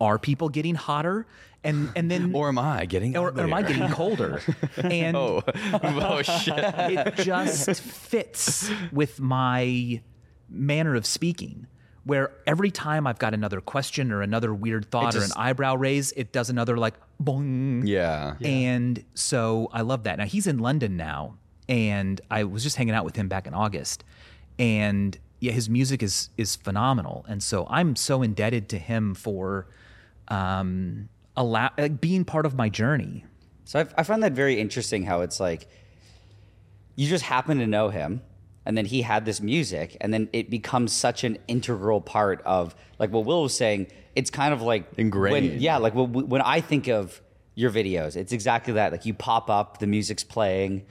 Are people getting hotter? And and then Or am I getting? or, or am I uglier? <laughs> getting colder? And Oh, <laughs> oh <laughs> shit. it just fits with my manner of speaking where every time i've got another question or another weird thought or an just- eyebrow raise it does another like boing Yeah. and so I love that. Now he's in London now, and I was just hanging out with him back in August, and yeah, his music is is phenomenal, and so I'm so indebted to him for um, allow like being part of my journey. So I, I find that very interesting how it's like you just happen to know him and then he had this music and then it becomes such an integral part of like what Will was saying. It's kind of like When, Ingrained. yeah, like when, when I think of your videos, it's exactly that. Like you pop up, the music's playing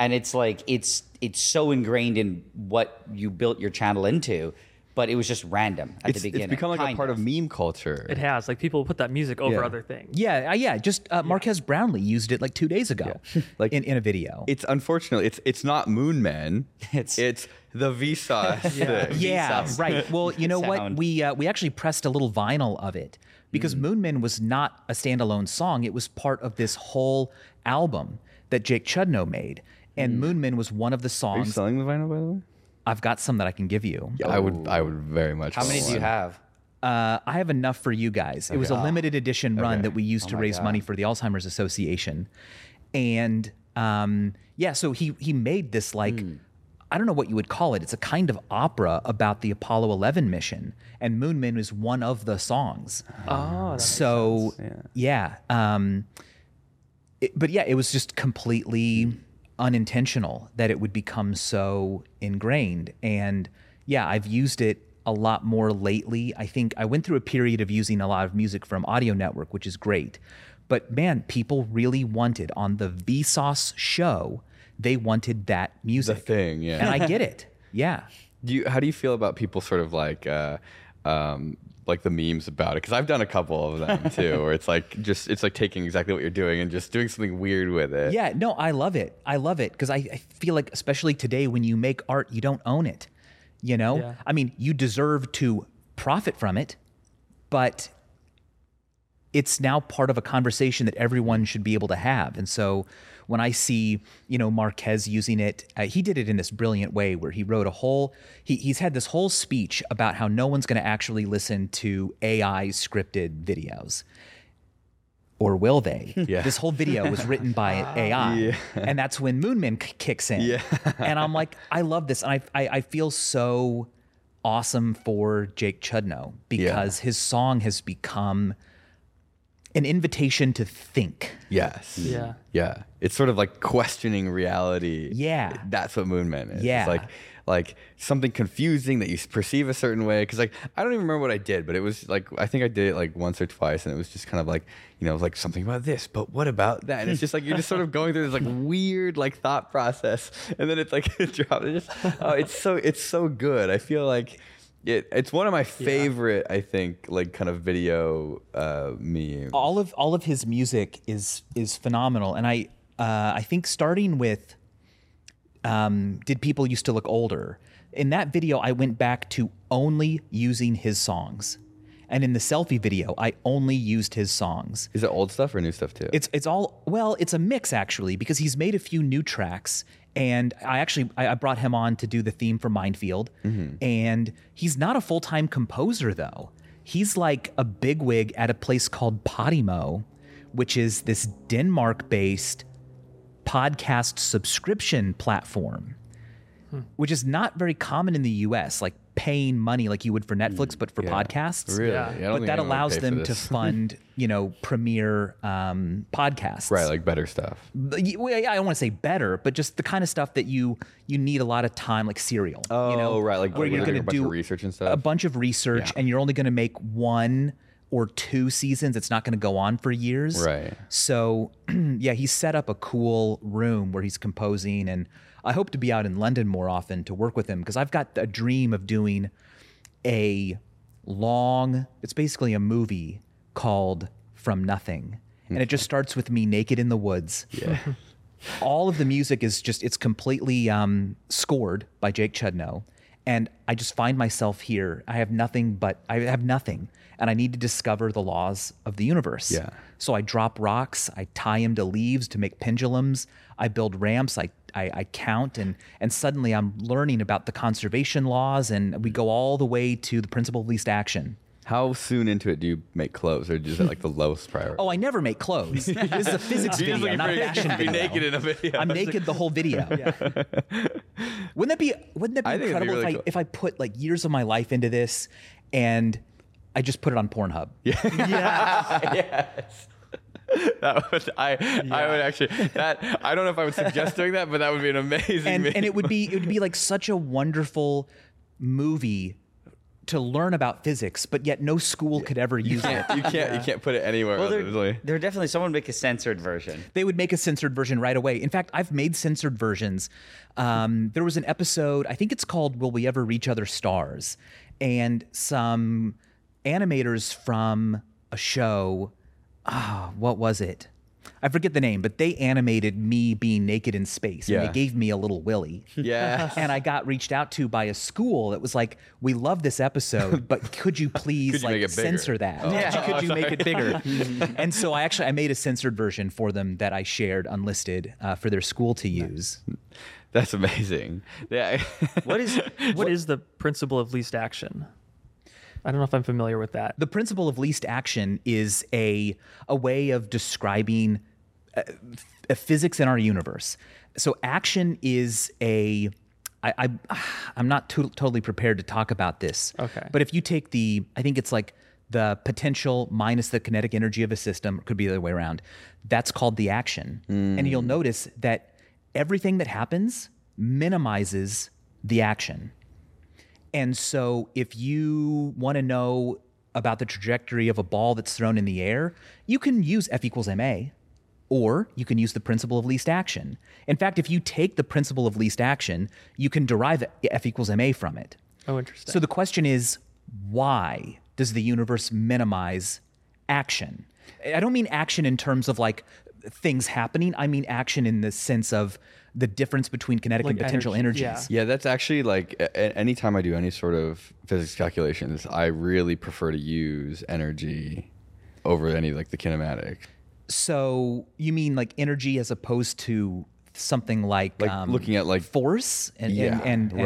and it's like it's it's so ingrained in what you built your channel into, but it was just random at It's, the it's beginning. become like a kind part of meme culture. It has like people put that music over Yeah. other things. Yeah, uh, yeah. Just uh, Marquez Brownlee used it like two days ago, Like- <laughs> like in, in a video. it's unfortunately it's it's not Moon Men. It's- It's it's the Vsauce thing. yeah, right. Well, you know what? Sound. We uh, we actually pressed a little vinyl of it because Moonmen was not a standalone song. It was part of this whole album that Jake Chudnow made, and Moonmen was one of the Are you songs. selling the vinyl by the way? I've got some that I can give you. I would I would very much. How many do you have? Uh, I have enough for you guys. It was a limited edition run that we used to raise money for the Alzheimer's Association, and um, yeah, so he he made this like. I don't know what you would call it. It's a kind of opera about the Apollo 11 mission, and Moonman is one of the songs. Oh, that- so yeah, um, it- but yeah, it was just completely unintentional that it would become so ingrained, and yeah, I've used it a lot more lately. I think I went through a period of using a lot of music from Audio Network, which is great. But man, people really wanted on the Vsauce show, they wanted that music. thing, yeah. And I get it. Yeah. Do you, how do you feel about people sort of like, uh, um, like the memes about it? Because I've done a couple of them too, where it's like just it's like taking exactly what you're doing and just doing something weird with it. Yeah, no, I love it. I love it because I, I feel like, especially today, when you make art, you don't own it. You know, Yeah. I mean, you deserve to profit from it, but it's now part of a conversation that everyone should be able to have. And so when I see, you know, Marquez using it, uh, he did it in this brilliant way where he wrote a whole, he, he's had this whole speech about how no one's going to actually listen to AI scripted videos. Or will they? This whole video was written by an AI. And that's when Moonman k- kicks in. <laughs> and I'm like, I love this. And I, I, I feel so awesome for Jake Chudnow because his song has become an invitation to think. Yes. Yeah. Yeah. It's sort of like questioning reality. Yeah. That's what Moon Man is. Yeah. It's like like something confusing that you s- perceive a certain way because like I don't even remember what I did, but it was like I think I did it like once or twice, and it was just kind of like you know it was like something about this, but what about that? And it's just like you're just sort of going through this like weird like thought process, and then it's like <laughs> it drops. It's just oh, it's so it's so good. I feel like. It, it's one of my favorite, I think, like kind of video uh, memes. All of all of his music is is phenomenal, and I uh, I think starting with um, did people used to look older? In that video, I went back to only using his songs, and in the selfie video, I only used his songs. Is it old stuff or new stuff too? It's it's all well, it's a mix actually because he's made a few new tracks, and I actually I, I brought him on to do the theme for Minefield, and he's not a full time composer though. He's like a bigwig at a place called Podimo, which is this Denmark based podcast subscription platform, which is not very common in the U.S. Like paying money like you would for Netflix, but for podcasts Really? Yeah. I don't but think that anyone would allows pay for them to this. <laughs> fund, you know, premier um, podcasts. right, like better stuff. But y- well, yeah, I don't want to say better, but just the kind of stuff that you you need a lot of time, like serial. you know, Oh, right, like where where you're they do going a to bunch do of research and stuff? a bunch of research, Yeah. and you're only going to make one or two seasons. It's not going to go on for years. Right. So, <clears throat> yeah, he set up a cool room where he's composing, and I hope to be out in London more often to work with him because I've got a dream of doing a long. It's basically a movie called From Nothing, and it Hmm. just starts with me naked in the woods. Yeah. All of the music is just it's completely um, scored by Jake Chudnow. And I just find myself here. I have nothing but I have nothing. And I need to discover the laws of the universe. Yeah. So I drop rocks, I tie them to leaves to make pendulums, I build ramps, I, I, I count, and, and suddenly I'm learning about the conservation laws, and we go all the way to the principle of least action. How soon into it do you make clothes, or is it like the lowest priority? Oh, I never make clothes. this is a physics You're just video, looking not for a an excuse fashion to be video. naked in a video. I'm naked the whole video. Wouldn't that be wouldn't that be I think it'd be incredible if really I cool. if I put like years of my life into this and I just put it <laughs> on Pornhub? Yeah. <laughs> That would, I, I would actually. That I don't know if I would suggest doing that, but that would be an amazing. And meme. and it would be it would be like such a wonderful movie to learn about physics, but yet no school could ever use it. <laughs> you can't. You can't put it anywhere. Well, other there, <laughs> than- there definitely someone make a censored version. they would make a censored version right away. In fact, I've made censored versions. Um, there was an episode, I think it's called Will We Ever Reach Other Stars? And some animators from a show, ah, what was it? I forget the name, but they animated me being naked in space. And Yeah. they gave me a little willy. yeah. <laughs> And I got reached out to by a school that was like, "We love this episode, <laughs> but could you please Could you like make it bigger?" censor that? Oh. Could you- Could you make it bigger?" <laughs> and so I actually I made a censored version for them that I shared unlisted uh, for their school to use. That's amazing. <laughs> Yeah. <laughs> What is what is the principle of least action? I don't know if I'm familiar with that. The principle of least action is a a way of describing uh, physics in our universe. So action is a I, <sighs> I I'm not to- totally prepared to talk about this. Okay. But if you take the I think it's like the potential minus the kinetic energy of a system could be the other way around. That's called the action. And you'll notice that everything that happens minimizes the action. And so if you want to know about the trajectory of a ball that's thrown in the air, you can use F equals MA or you can use the principle of least action. In fact, if you take the principle of least action, you can derive F equals MA from it. Oh, interesting. So the question is, why does the universe minimize action? I don't mean action in terms of like things happening. I mean action in the sense of the difference between kinetic and Like potential energy, energies. Yeah, that's actually like a- a- anytime I do any sort of physics calculations, I really prefer to use energy over any like the kinematic. So you mean like energy as opposed to something like, um, Like looking at like force and yeah, and, and, and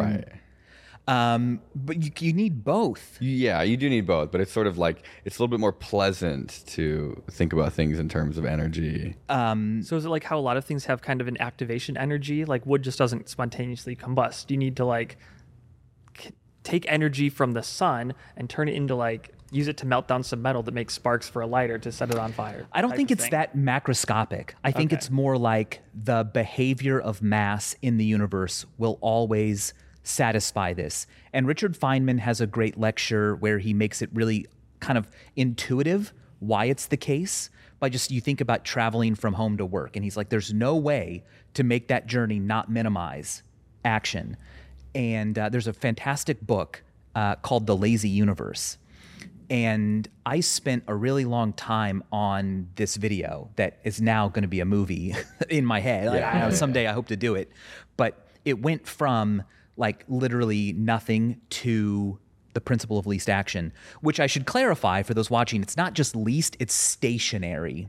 right. um but you, you need both. Yeah, you do need both, but it's sort of like it's a little bit more pleasant to think about things in terms of energy. So is it like how a lot of things have kind of an activation energy? Like wood just doesn't spontaneously combust. You need to like k- take energy from the sun and turn it into like use it to melt down some metal that makes sparks for a lighter to set it on fire. I don't type think of it's thing. that macroscopic. I think Okay. it's more like the behavior of mass in the universe will always satisfy this. And Richard Feynman has a great lecture where he makes it really kind of intuitive why it's the case by just you think about traveling from home to work and he's like there's no way to make that journey not minimize action. And uh, there's a fantastic book uh, called The Lazy Universe and I spent a really long time on this video that is now going to be a movie <laughs> in my head. Like, I, <laughs> someday I hope to do it, but it went from like literally nothing to the principle of least action, which I should clarify for those watching. It's not just least; it's stationary,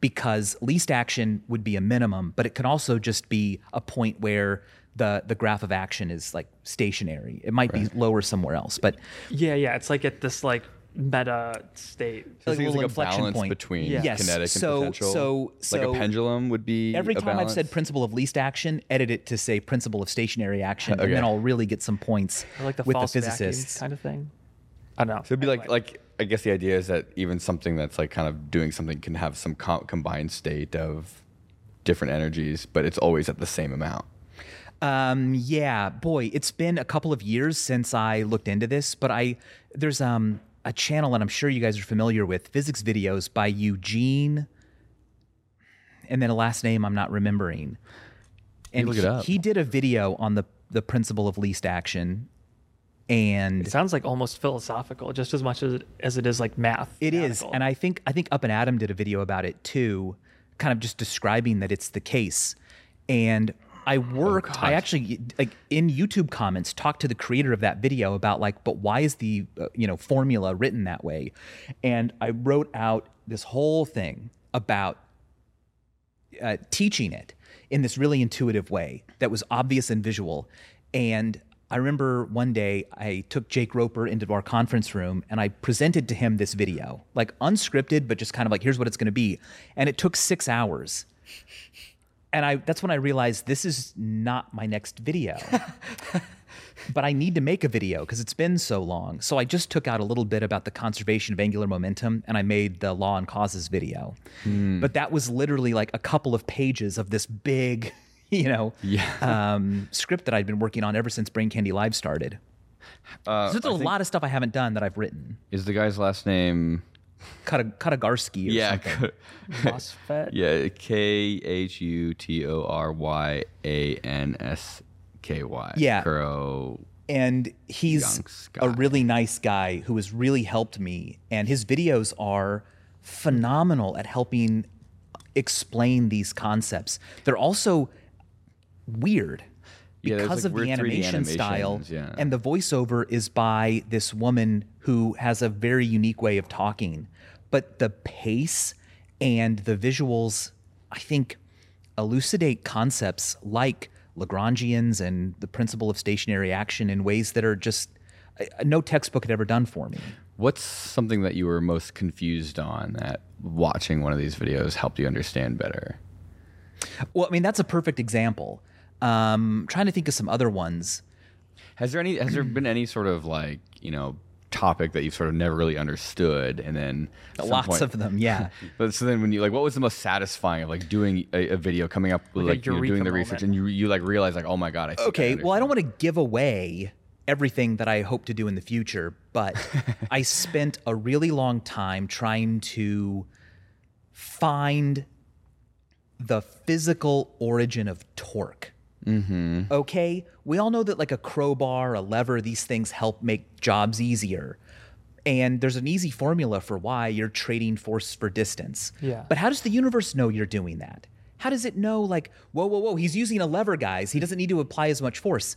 because least action would be a minimum, but it can also just be a point where the the graph of action is like stationary. It might be lower somewhere else, but Yeah, yeah. It's like at this like meta state. So it seems like little like a inflection balance point. between Yeah. Yes. kinetic So- and potential. so- like so a pendulum would be Every a time I've said balance. principle of least action, edit it to say principle of stationary action, Okay. and then I'll really get some points Or like the with the false vacuum physicists. kind of thing. I don't know. So it'd be like like I guess the idea is that even something that's like kind of doing something can have some com- combined state of different energies, but it's always at the same amount. Um, yeah, boy, it's been a couple of years since I looked into this, but I there's um a channel that I'm sure you guys are familiar with, physics videos by Eugene, and then a last name I'm not remembering. And look it he- up. he did a video on the the principle of least action, and It sounds like almost philosophical, just as much as it, as it is like math. It is, and I think I think Up and Adam did a video about it too, kind of just describing that it's the case. And I worked. I actually like in YouTube comments talked to the creator of that video about like, but why is the uh, you know formula written that way? And I wrote out this whole thing about uh, teaching it in this really intuitive way that was obvious and visual. And I remember one day I took Jake Roper into our conference room and I presented to him this video, like unscripted, but just kind of like, here's what it's going to be. And it took six hours. And I, that's when I realized this is not my next video. <laughs> but I need to make a video because it's been so long. So I just took out a little bit about the conservation of angular momentum and I made the law and causes video. But that was literally like a couple of pages of this big, <laughs> you know, um, script that I'd been working on ever since Brain Candy Live started. so there's a lot of stuff I haven't done that I've written. Is the guy's last name? Kata- Katagarski or Yeah, something. MOSFET. <laughs> yeah, K H U T O R Y A N S K Y. Yeah. Kuro. and he's Young a Sky. really nice guy who has really helped me and his videos are phenomenal at helping explain these concepts they're also weird Yeah, there's, because like, of the weird 3D animation style animations, yeah. and the voiceover is by this woman who has a very unique way of talking but the pace and the visuals i think elucidate concepts like lagrangians and the principle of stationary action in ways that are just uh, no textbook had ever done for me What's something that you were most confused on that watching one of these videos helped you understand better? well i mean that's a perfect example um, trying to think of some other ones Has there any? Has there been any sort of like you know topic that you've sort of never really understood, and then at some lots point- of <laughs> them yeah But so then, when you like, what was the most satisfying of like doing a, a video, coming up with a like, you know, eureka doing the moment. research, and you you like realize like, oh my god, I think okay well i don't want to give away everything that I hope to do in the future, but I spent a really long time trying to find the physical origin of torque. Okay, we all know that like a crowbar, a lever, these things help make jobs easier. And there's an easy formula for why you're trading force for distance. Yeah. But how does the universe know you're doing that? How does it know, like, whoa, whoa, whoa, he's using a lever, guys. He doesn't need to apply as much force.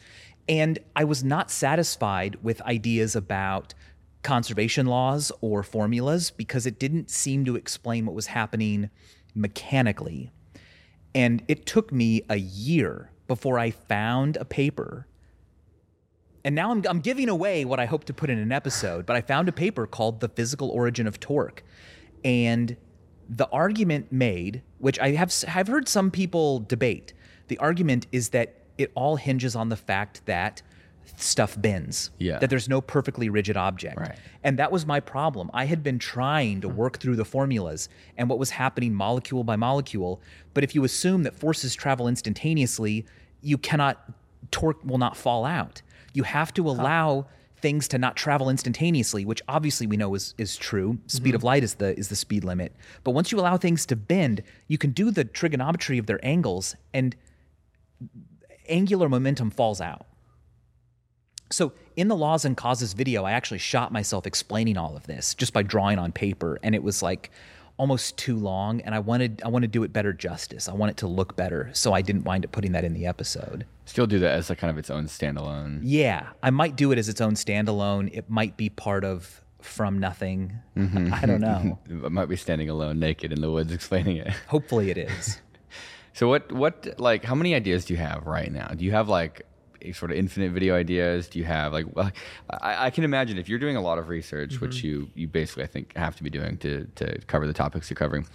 And I was not satisfied with ideas about conservation laws or formulas because it didn't seem to explain what was happening mechanically. And it took me a year before I found a paper. And now I'm, I'm giving away what I hope to put in an episode, but I found a paper called The Physical Origin of Torque. And the argument made, which I have s- have heard some people debate, the argument is that it all hinges on the fact that stuff bends. Yeah. That there's no perfectly rigid object. Right. And that was my problem. I had been trying to work through the formulas and what was happening molecule by molecule. But if you assume that forces travel instantaneously, you cannot, torque will not fall out. You have to allow things to not travel instantaneously, which obviously we know is, is true. Speed of light is the is the speed limit. But once you allow things to bend, you can do the trigonometry of their angles and angular momentum falls out. So in the laws and causes video, I actually shot myself explaining all of this just by drawing on paper, and it was like almost too long. And I wanted I want to do it better justice. I want it to look better, so I didn't wind up putting that in the episode. Still do that as like kind of its own standalone. Yeah, I might do it as its own standalone. It might be part of From Nothing. I don't know. I might be standing alone, naked in the woods, explaining it. Hopefully, it is. So what what like how many ideas do you have right now? Do you have like a sort of infinite video ideas? Do you have like well, I, I can imagine if you're doing a lot of research, which you you basically I think have to be doing to to cover the topics you're covering.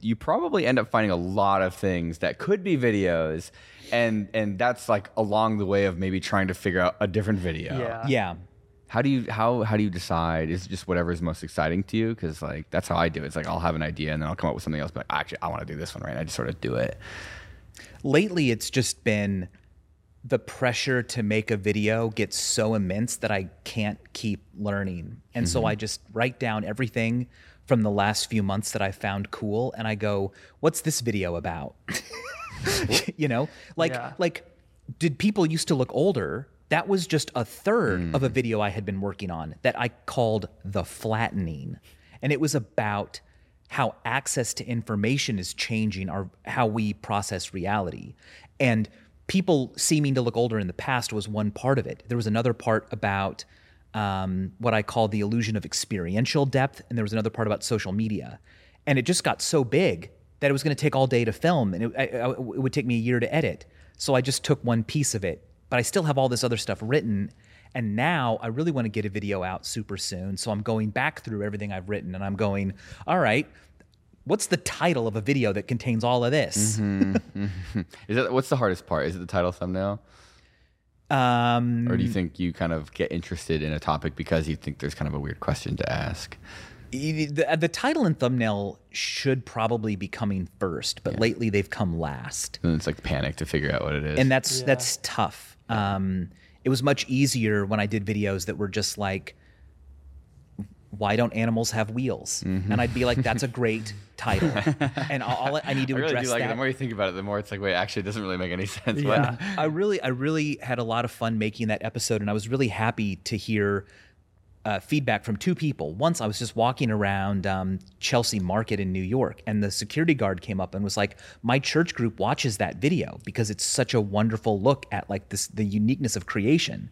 You probably end up finding a lot of things that could be videos, and and that's like along the way of maybe trying to figure out a different video. Yeah. Yeah. How do you how how do you decide? Is it just whatever is most exciting to you? Because like that's how I do it. It's like I'll have an idea and then I'll come up with something else. But actually, I want to do this one right. And I just sort of do it. Lately, it's just been the pressure to make a video gets so immense that I can't keep learning. And so I just write down everything from the last few months that I found cool and I go, what's this video about? <laughs> you know, like Yeah. like did people used to look older? That was just a third of a video I had been working on that I called the flattening. And it was about how access to information is changing our how we process reality. And people seeming to look older in the past was one part of it. There was another part about um, what I call the illusion of experiential depth, and there was another part about social media, and it just got so big that it was going to take all day to film, and it, I, I- it would take me a year to edit. So I just took one piece of it, but I still have all this other stuff written, and now I really want to get a video out super soon. So I'm going back through everything I've written, and I'm going, all right, what's the title of a video that contains all of this? Is that what's the hardest part? Is it the title thumbnail, Um, or do you think you kind of get interested in a topic because you think there's kind of a weird question to ask? E, the, the title and thumbnail should probably be coming first, but lately they've come last, And then it's like panic to figure out what it is. and that's that's tough. Um, it was much easier when I did videos that were just like, "Why don't animals have wheels?" Mm-hmm. And I'd be like, <laughs> "That's a great title," and all, all I need to I really address do like it. that. The more you think about it, the more it's like, wait, actually, it doesn't really make any <laughs> sense. What- Yeah. I really, I really had a lot of fun making that episode, and I was really happy to hear uh, feedback from two people. Once I was just walking around um, Chelsea Market in New York, and the security guard came up and was like, "My church group watches that video because it's such a wonderful look at like this the uniqueness of creation."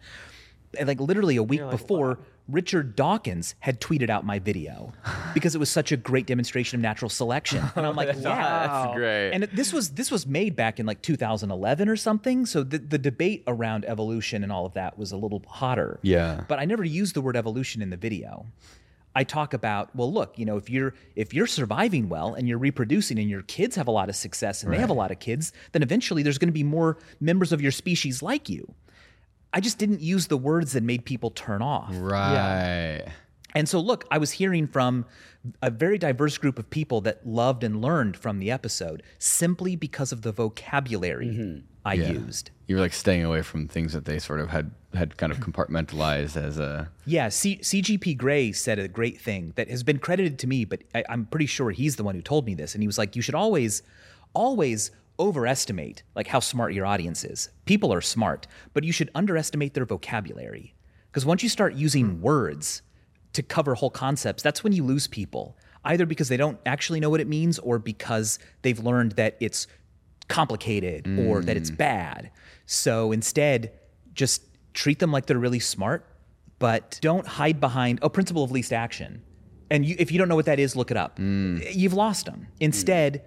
And, like literally a week before. Richard Dawkins had tweeted out my video because it was such a great demonstration of natural selection. And I'm like, wow, That's great. and it- this was this was made back in like 2011 or something. So the, the debate around evolution and all of that was a little hotter. Yeah. But I never used the word evolution in the video. I talk about well, look, you know, if you're if you're surviving well and you're reproducing and your kids have a lot of success and they have a lot of kids, then eventually there's going to be more members of your species like you. I just didn't use the words that made people turn off. right. And so, look, I was hearing from a very diverse group of people that loved and learned from the episode simply because of the vocabulary I Yeah. used. You were like staying away from things that they sort of had had kind of compartmentalized as a Yeah, C- CGP Grey said a great thing that has been credited to me, but I- I'm pretty sure he's the one who told me this. And he was like, you should always, always overestimate like how smart your audience is. People are smart, but you should underestimate their vocabulary because once you start using words to cover whole concepts, that's when you lose people. Either because they don't actually know what it means, or because they've learned that it's complicated or that it's bad. So instead, just treat them like they're really smart, but don't hide behind a principle of least action. And you, if you don't know what that is, look it up. You've lost them. Instead,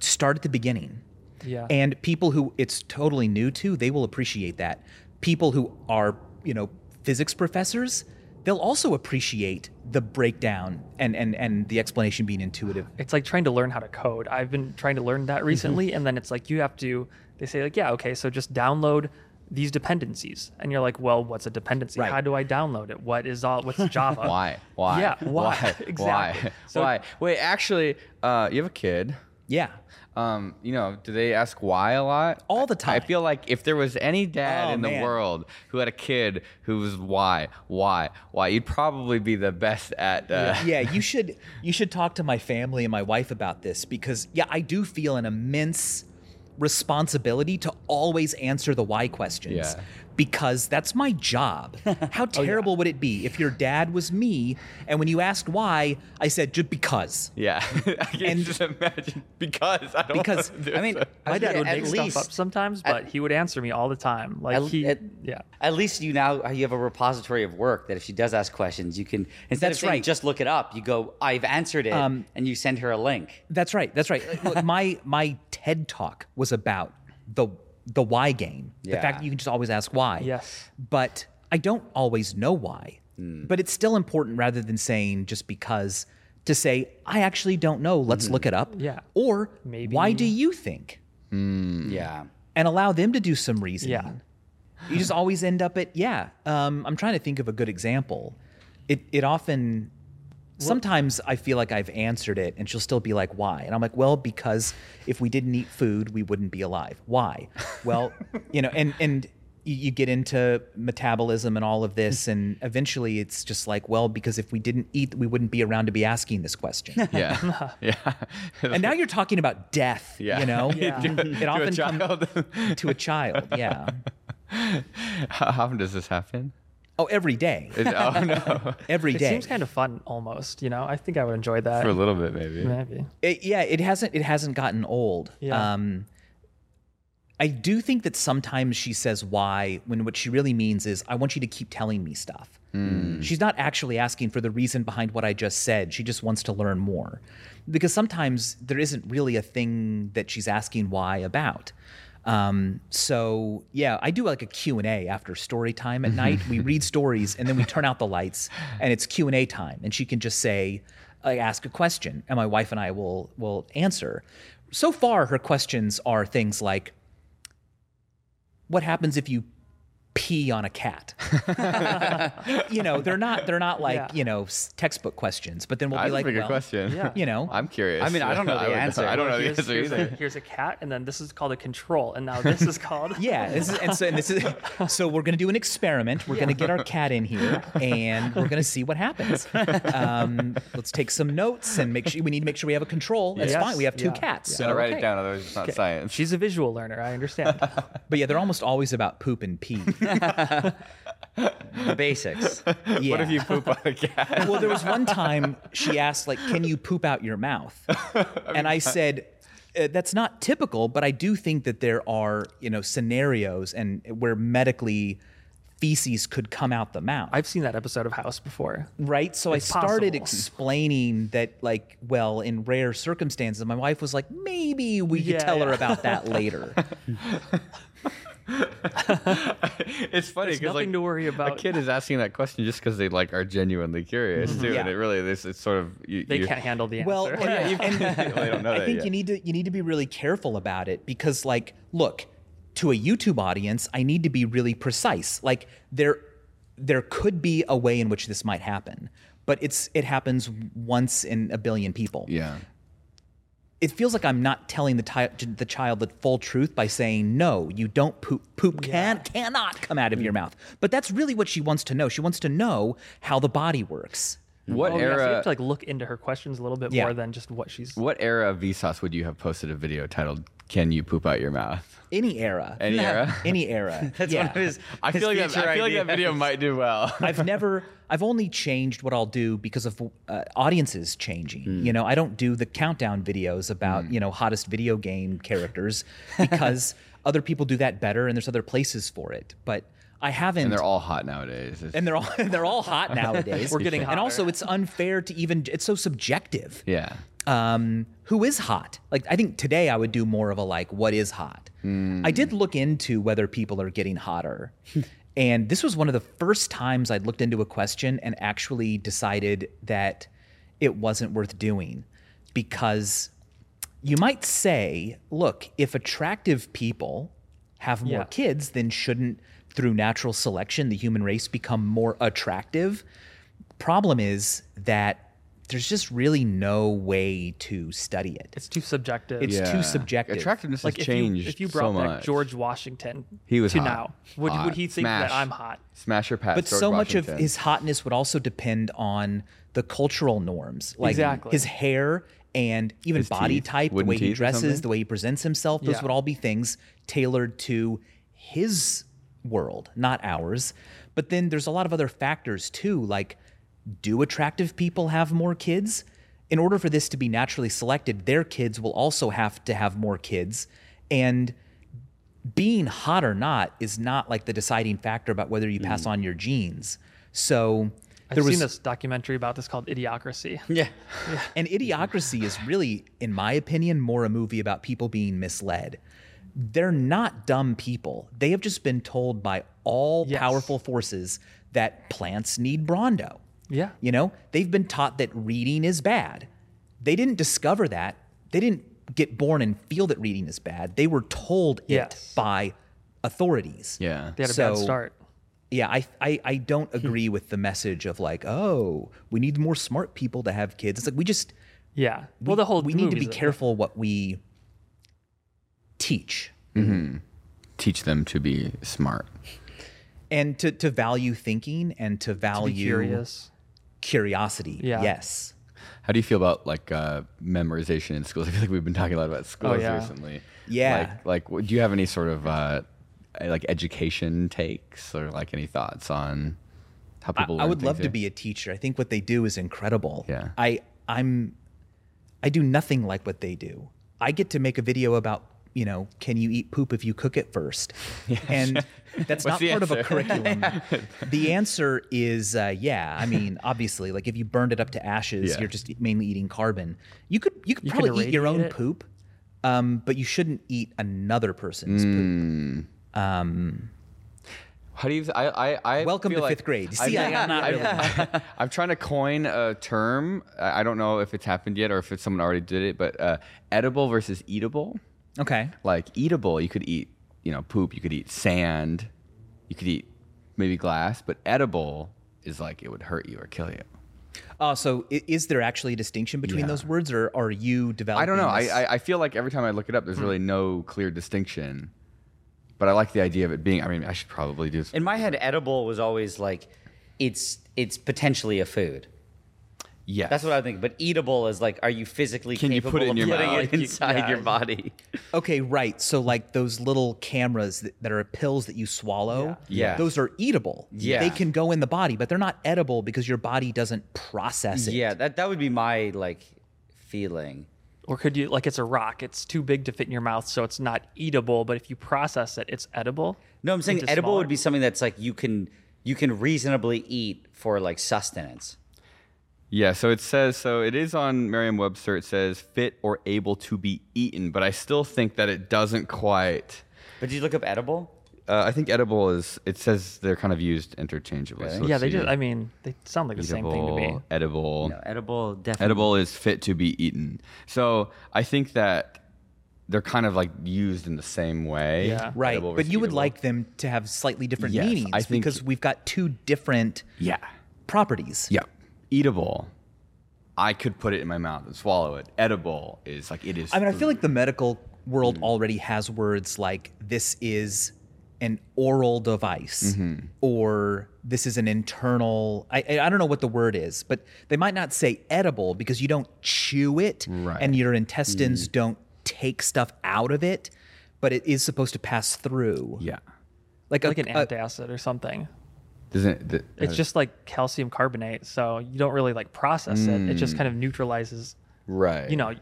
start at the beginning. Yeah. And people who it's totally new to, they will appreciate that. People who are, you know, physics professors, they'll also appreciate the breakdown and and and the explanation being intuitive. it's like trying to learn how to code. I've been trying to learn that recently, and then it's like you have to. They say like, yeah, okay, so just download these dependencies, and you're like, well, what's a dependency? Right. How do I download it? What is all? What's Java? why why Yeah, why? why <laughs> Exactly. So- why wait actually uh, you have a kid Yeah. um, you know, do they ask why a lot? All the I time. feel like if there was any dad Oh, in the man. world who had a kid who was why, why, why, you'd probably be the best at. Uh, yeah, you should you should talk to my family and my wife about this because yeah, I do feel an immense responsibility to always answer the why questions Yeah. because that's my job. How terrible would it be if your dad was me and when you asked why, I said just because. <laughs> Yeah. I can And- just imagine because I don't Because, wanna do I <laughs> mean, that. My I dad mean, would at make least, stuff up sometimes, but he would answer me all the time. Like At- he, at- yeah. At least you now you have a repository of work that if she does ask questions, you can instead That's of saying, right. just look it up, you go, I've answered it, and you send her a link. That's right. That's right. Like, look, my my TED talk was about the the why game. The fact Yeah. that you can just always ask why. Yes. But I don't always know why. But it's still important rather than saying just because to say I actually don't know. Let's look it up. Yeah. Or Maybe- why do you think? Mm. Yeah. And allow them to do some reasoning. Yeah. You just always end up at yeah. Um, I'm trying to think of a good example. It it often sometimes I feel like I've answered it and she'll still be like, why? And I'm like, well, because if we didn't eat food, we wouldn't be alive. Why? Well, you know, and, and you- you get into metabolism and all of this. And eventually it's just like, well, because if we didn't eat, we wouldn't be around to be asking this question. <laughs> yeah. <laughs> yeah. and now you're talking about death, Yeah. you know, Yeah. To- it <laughs> to a often comes child. to a child. Yeah. How <laughs> how often does this happen? Oh, every day, Is- <laughs> oh, no. every day. It seems kind of fun, almost. You know, I think I would enjoy that. For a little bit, maybe. Maybe. it, yeah, it hasn't it hasn't gotten old. Yeah. Um I do think that sometimes she says why when what she really means is I want you to keep telling me stuff. She's not actually asking for the reason behind what I just said. She just wants to learn more. Because sometimes there isn't really a thing that she's asking why about. Um, so yeah, I do like a Q&A after story time at night. We read stories and then we turn out the lights and it's Q&A time and she can just say I ask a question and my wife and I will will answer. So far her questions are things like what happens if you pee on a cat? <laughs> you know, they're not they're not like, Yeah. you know, s- textbook questions, but then we'll That's be like, a pretty well, good question. yeah. you know, I'm curious. I mean, I don't know the would- answer. <laughs> I don't know the Here's, answer here's a, either. here's a cat, and then this is called a control, and now <laughs> this is called. Yeah, this is, and so and this is so we're gonna do an experiment. We're gonna get our cat in here, and we're gonna see what happens. Um, let's take some notes and make sure we need to make sure we have a control. That's Yes. fine. We have two Yeah. cats. Gotta so, write okay. it down, otherwise it's not science. She's a visual learner. I <laughs> understand. But yeah, they're almost always about poop and pee. The basics. Yeah. What <laughs> if you poop on a cat? Well, there was one time she asked, like, "Can you poop out your mouth?" and I said, uh, "That's not typical, but I do think that there are, you know, scenarios and where medically feces could come out the mouth." I've seen that episode of House before. right? So It's I started possible. explaining that, like, well, in rare circumstances, my wife was like, maybe we Yeah, could tell her yeah. about that later. <laughs> <laughs> it's funny because like There's nothing to worry A about. kid is asking that question just because they like are genuinely curious too, and Yeah. it really this it's sort of you, They you- can't handle the answer. well, oh, <laughs> and- and They don't know I that think yet. you need to you need to be really careful about it because, like, look, to a YouTube audience, I need to be really precise. Like, there there could be a way in which this might happen, but it's it happens once in a billion people. Yeah. It feels like I'm not telling the, ti- the child the full truth by saying no, you don't poop. Poop can cannot come out of your mouth. But that's really what she wants to know. She wants to know how the body works. What Oh, <laughs> yeah, so era? you have to like look into her questions a little bit Yeah. more than just what she's. what era of Vsauce would you have posted a video titled "Can You Poop Out Your Mouth"? Any era. Any era? <laughs> <laughs> Any era. That's yeah. one of his. I his feel like that, feature I feel like that ideas. video might do well. <laughs> <laughs> I've never, I've only changed what I'll do because of uh, audiences changing. Hmm. You know, I don't do the countdown videos about, you know, hottest video game characters <laughs> because other people do that better and there's other places for it. But I haven't. and they're all hot nowadays. It's- and they're all, <laughs> they're <laughs> all hot nowadays. We're getting And hotter. also, it's unfair to even, it's so subjective yeah. um, who is hot. Like I think today I would do more of a like what is hot. I did look into whether people are getting hotter. and this was one of the first times I'd looked into a question and actually decided that it wasn't worth doing because you might say, look, if attractive people have more Yeah. kids, then shouldn't through natural selection the human race become more attractive? Problem is that there's just really no way to study it. It's too subjective. It's yeah. too subjective. Attractiveness like has if changed You, if you brought so back much. George Washington, He was to hot. now, would Hot. would he think Smash. that I'm hot? Smasher Pat. but George so much of Washington. his hotness would also depend on the cultural norms, like Exactly. his hair and even His body teeth, type, the wooden way he teeth or dresses, something? the way he presents himself. Those Yeah. would all be things tailored to his world, not ours. But then there's a lot of other factors too, like do attractive people have more kids? In order for this to be naturally selected, their kids will also have to have more kids. And being hot or not is not like the deciding factor about whether you pass on your genes. So Mm. I've there was seen this documentary about this called Idiocracy. <laughs> Yeah. and idiocracy is really, in my opinion, more a movie about people being misled. They're not dumb people. They have just been told by all Yes. powerful forces that plants need Brondo. Yeah. You know, they've been taught that reading is bad. They didn't discover that. They didn't get born and feel that reading is bad. They were told Yes. it by authorities. yeah. They had a So- bad start. Yeah, I, I, I don't Hmm. agree with the message of like, oh, we need more smart people to have kids. It's like we just Yeah. well, the whole we need to movie's be a- careful what we teach Teach them to be smart. and to, to value thinking and to Be value curious. curiosity. Yeah. Yes. How do you feel about like uh, memorization in schools? <laughs> I feel like we've been talking a lot about schools yeah. recently. Oh, Yeah. Like, like, w- do you have any sort of uh, like education takes or like any thoughts on how I, people? I learn would things love to here? be a teacher. I think what they do is incredible. Yeah. I I'm I do nothing like what they do. I get to make a video about you know, can you eat poop if you cook <laughs> it first? And that's What's not the part of a answer? curriculum. <laughs> The answer is uh, yeah. I mean, <laughs> obviously, like if you burned it up to ashes, Yeah. you're just mainly eating carbon. You could you could You could probably eat your own irradiate it. poop, um, but you shouldn't eat another person's poop. How do you? I. I, I Welcome feel to like- fifth grade. You I see, I, think- am not really. <laughs> I'm trying to coin a term. I I don't know if it's happened yet or if it's someone already did it, but uh, edible versus eatable. Okay. Like eatable, you could eat, you know, poop. You could eat sand. You could eat maybe glass, but edible is like it would hurt you or kill you. Oh, so i- is there actually a distinction between Yeah. those words, or are you developing? I don't know. I, this- I I feel like every time I look it up, there's really Mm-hmm. no clear distinction. But I like the idea of it being. I mean, I should probably do. In my head, edible was always like, it's it's potentially a food. Yes. That's what I think. But eatable is like, are you physically Can you capable put it in of your putting mouth? it Yeah. <laughs> inside your body? okay, right. So like those little cameras that, that are pills that you swallow. Yeah. Yeah. Those are eatable. Yeah. They can go in the body, but they're not edible because your body doesn't process it. Yeah, that that would be my like feeling. Or could you like it's a rock? It's too big to fit in your mouth, so it's not eatable. But if you process it, it's edible. No, I'm saying Into edible smaller- would be something that's like you can you can reasonably eat for like sustenance. Yeah, so it says so it is on Merriam-Webster. It says fit or able to be eaten, but I still think that it doesn't quite. But did you look up edible? Uh, I think edible is. It says they're kind of used interchangeably. So yeah, let's they see. just. I mean, they sound like the same thing to me. Eatable, Edible. No, edible definitely. Edible is fit to be eaten. So I think that they're kind of like used in the same way. Yeah. Right. Edible But versus you would eatable. like them to have slightly different Yes, meanings I think- because we've got two different Yeah. properties. Yeah. eatable, I could put it in my mouth and swallow it. Edible is like it is. I mean, I feel food. like the medical world Hmm. already has words like this is an oral device Mm-hmm. or this is an internal I, I I don't know what the word is but they might not say edible because you don't chew it Right. Mm. and your intestines don't take stuff out of it but it is supposed to pass through yeah. like, a- like an a- antacid or something. Doesn't the, It's just like calcium carbonate, so you don't really like process it. It just kind of neutralizes. right? You know,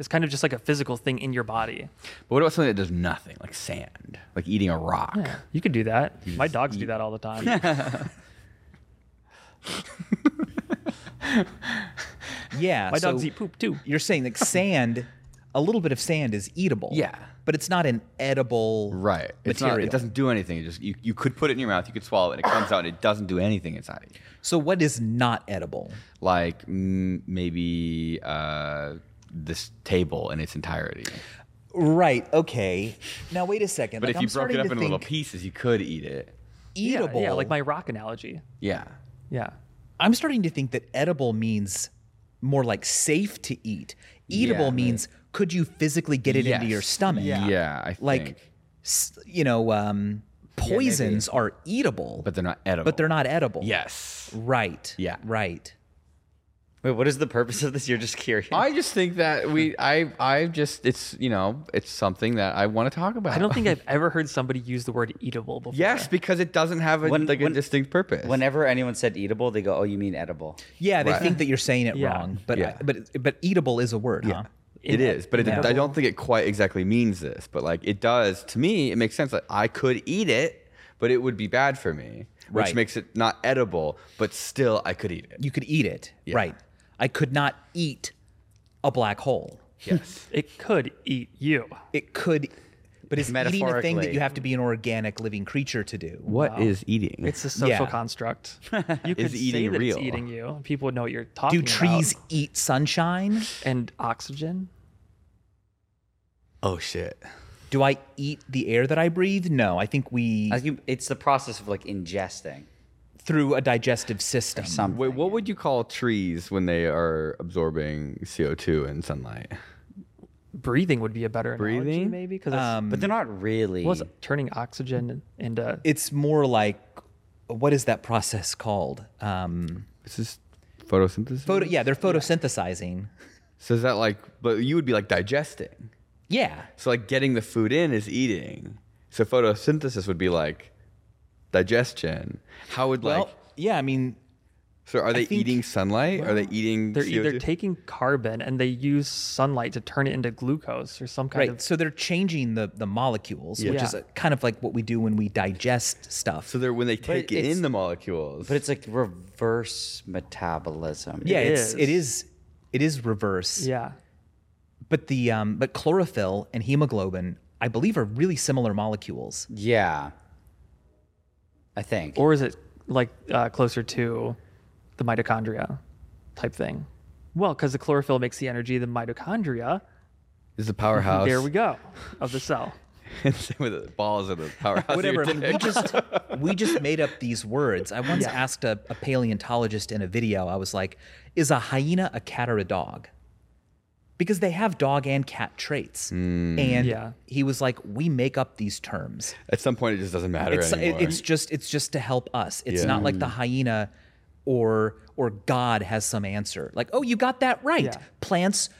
it's kind of just like a physical thing in your body. But what about something that does nothing, like sand, like eating a rock? You could do that. My dogs do that all the time. yeah My so dogs eat poop too. you're saying like sand a little bit of sand is eatable Yeah. but it's not an edible Right. It's not, material it doesn't do anything. It just you, you could put it in your mouth, you could swallow it, and it comes out, and it doesn't do anything inside of you. so what is not edible Like mm, maybe uh, this table in its entirety. Right. Okay. Now wait a second. But like, if I'm you broke starting it up to into little think pieces, you could eat it. Yeah, eatable. yeah, like my rock analogy. Yeah. Yeah. I'm starting to think that edible means more like safe to eat. Eatable Yeah, right. means could you physically get it into Yes. your stomach? Yeah. Yeah, I Like, think. s you know, um, poisons are eatable, But they're not edible. but they're not edible. Yes. Right. Yeah. Right. Wait, what is the purpose of this? You're just curious. I just think that we, I, I just, it's, you know, it's something that I want to talk about. I don't think I've ever heard somebody use the word eatable before. Yes, because it doesn't have a, When- like when- a distinct purpose. Whenever anyone said eatable, they go, "Oh, you mean edible?" Yeah. They Right. think that you're saying it Yeah. wrong, but Yeah. but but eatable is a word, huh? It is, but it, I Inedible. don't think it quite exactly means this. But like it does to me, it makes sense. Like I could eat it, but it would be bad for me, which Right. makes it not edible. But still, I could eat it. You could eat it. Right. I could not eat a black hole. Yes, It could eat you. it could but it's eating a thing that Metaphorically. you have to be an organic living creature to do What is eating? It's a social Yeah. construct. You could say eating that real? it's eating you. and People would know what you're talking do about. trees eat sunshine and oxygen? oh shit. do i eat the air that i breathe no i think we I think it's the process of like ingesting through a digestive system something. Wait, what would you call trees when they are absorbing CO two and sunlight? Breathing would be a better analogy, Breathing? maybe, because um, but they're not really. was turning oxygen into it's more like what is that process called um This is photosynthesis. photo yeah they're photosynthesizing so is that like? But you would be like digesting. yeah So like getting the food in is eating. So photosynthesis would be like digestion. How would well like yeah i mean so are they think- eating sunlight? are they eating they're either CO2? taking carbon and they use sunlight to turn it into glucose or some kind right of so they're changing the the molecules which Yeah. is a, kind of like what we do when we digest stuff so they're when they take it it's- in the molecules. But it's like reverse metabolism. yeah It it's it is. is it is reverse yeah. But the um, but chlorophyll and hemoglobin, I believe, are really similar molecules. Yeah. I think. Or is it like uh, closer to the mitochondria type thing? Well, because the chlorophyll makes the energy, the mitochondria. is the powerhouse. <laughs> There we go of the cell. with the balls of the powerhouse. Whatever. Whatever. I mean, we just we just made up these words. I once asked a, a paleontologist in a video. I was like, "Is a hyena a cat or a dog?" Because they have dog and cat traits. and Yeah. he was like, "We make up these terms. At some point, it just doesn't matter It's it, anymore. it's just it's just to help us. It's Yeah. not like the hyena or or God has some answer. Like, oh, you got that right. Yeah. Plants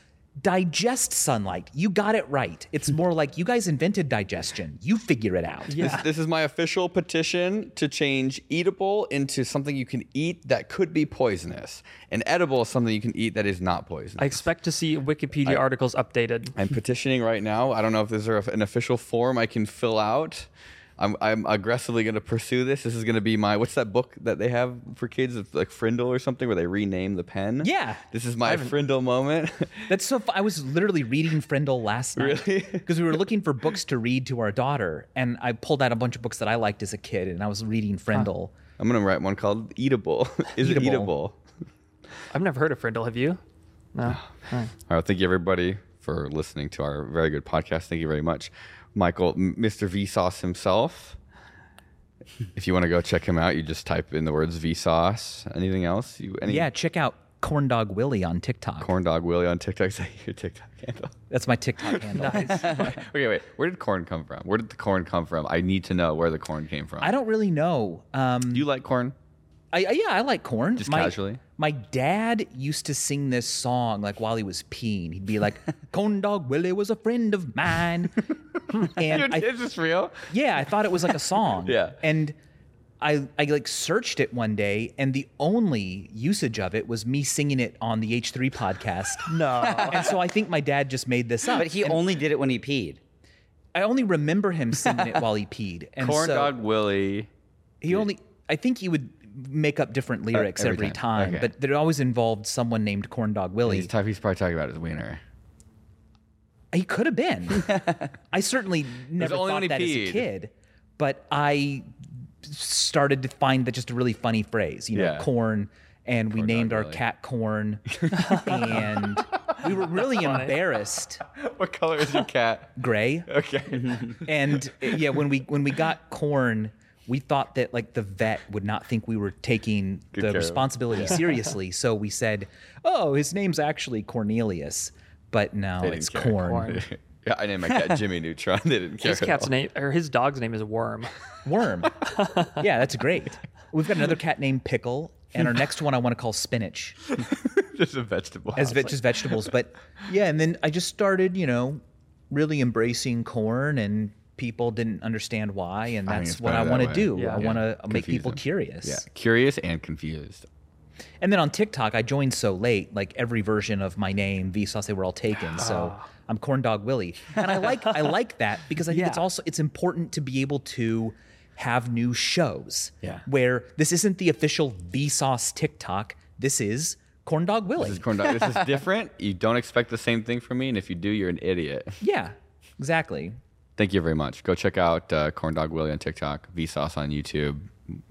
digest sunlight. You got it right. It's <laughs> more like you guys invented digestion. You figure it out. Yeah. this, this is my official petition to change eatable into something you can eat that could be poisonous, and edible is something you can eat that is not poisonous. I expect to see Wikipedia articles updated. I'm petitioning right now. I don't know if there's a- an official form I can fill out. I'm, I'm aggressively going to pursue this. This is going to be my what's that book that they have for kids? It's like Frindle or something where they rename the pen. Yeah. This is my Frindle moment. <laughs> That's so. Fu- I was literally reading Frindle last night Really? <laughs> because we were looking for books to read to our daughter, and I pulled out a bunch of books that I liked as a kid, and I was reading Frindle. I'm going to write one called Eatable. <laughs> is Eatable. it eatable? I've never heard of Frindle. Have you? No. All right. Thank you, everybody, for listening to our very good podcast. Thank you very much, Michael, M- Mr. Vsauce himself. if you want to go check him out, you just type in the words Vsauce. Anything else? You any Yeah, check out Corn Dog Willie on TikTok. corn dog Willie on TikTok? <laughs> Is that your TikTok handle? That's <laughs> my TikTok handle. okay, wait. Where did corn come from? Where did the corn come from? I need to know where the corn came from. I don't really know. Um, You like corn? I, I- yeah, I like corn. Just my, casually? My dad used to sing this song like while he was peeing. He'd <laughs> be like, "Corn Dog Willie was a friend of mine," and I, is this real? yeah, I thought it was like a song. Yeah. and I I like searched it one day, and the only usage of it was me singing it on the H <laughs> three podcast. No. and so I think my dad just made this up. But he And only did it when he peed. I only remember him singing it while <laughs> he peed. And Corn so- dog Willie. He only, I think he would make up different lyrics E-, every every, time. time, Okay. but it always involved someone named Corn Dog Willie. He's, talk, he's probably talking about his wiener. he could have been. <laughs> I certainly never only when he thought that as peed. a kid, but I started to find that just a really funny phrase, you know, Yeah. corn. And we Corn Dog named our Willie. <laughs> cat Corn, and we were really embarrassed. What color is your cat? Gray. Okay. <laughs> and uh, yeah, when we when we got corn, we thought that like the vet would not think we were taking care the of him. <laughs> responsibility seriously, so we said, "Oh, his name's actually Cornelius." But no, didn't it's care. corn. <laughs> yeah, I named my cat Jimmy Neutron. They didn't care. His at cat's all. name or his dog's name is Worm. <laughs> Worm. yeah, that's great. We've got another cat named Pickle, <laughs> and our next one I want to call Spinach. Just a vegetable. as ve- just vegetables. But yeah, and then I just started, you know, really embracing corn, and people didn't understand why, and I think that's it's what better I that want way. to do. Yeah. I Yeah. want to make Confuse people them. curious. yeah, curious and confused. And then on TikTok, I joined so late, like every version of my name, Vsauce, they were all taken. So Ah. I'm Corn Dog Willie, and I like I like that because I think it's Yeah. also it's important to be able to have new shows. Yeah. Where this isn't the official Vsauce TikTok. This is Corn Dog Willie. This is corn dog. This is different. You don't expect the same thing from me, and if you do, you're an idiot. yeah. Exactly. Thank you very much. Go check out uh, Corn Dog Willie on TikTok, Vsauce on YouTube,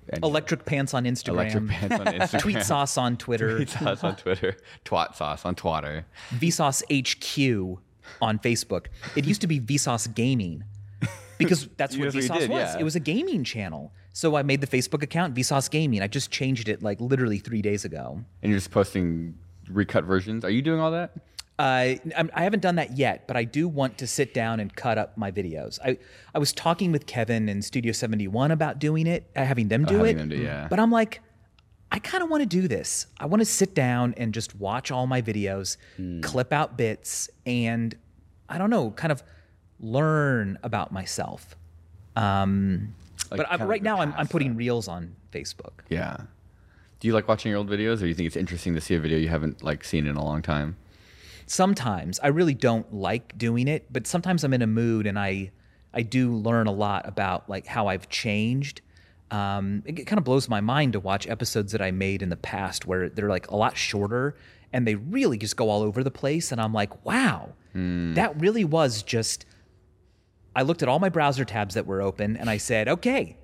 and Electric Pants on Instagram. Electric Pants <laughs> on Instagram, Tweet Sauce on Twitter, Sauce on Twitter, Twat Sauce on Twatter. Vsauce HQ on Facebook. It used to be Vsauce Gaming because that's what That's what you Vsauce did, was. yeah. It was a gaming channel. So I made the Facebook account Vsauce Gaming. I just changed it like literally three days ago. And you're just posting recut versions. Are you doing all that? Uh, I'm- I haven't done that yet, but I do want to sit down and cut up my videos. I, I was talking with Kevin in Studio 71 about doing it, uh, having them do having it. them do- yeah. But I'm like, I kind of want to do this. I want to sit down and just watch all my videos, Hmm. clip out bits, and I don't know, kind of learn about myself. Um, kind but I, of right your now, I'm, I'm past putting reels on Facebook. Yeah. Do you like watching your old videos, or do you think it's interesting to see a video you haven't like seen in a long time? sometimes I really don't like doing it, but sometimes I'm in a mood and I I do learn a lot about like how I've changed. Um, it kind of blows my mind to watch episodes that I made in the past where they're like a lot shorter and they really just go all over the place, and I'm like, wow, that really was just. I looked at all my browser tabs that were open and I said, okay,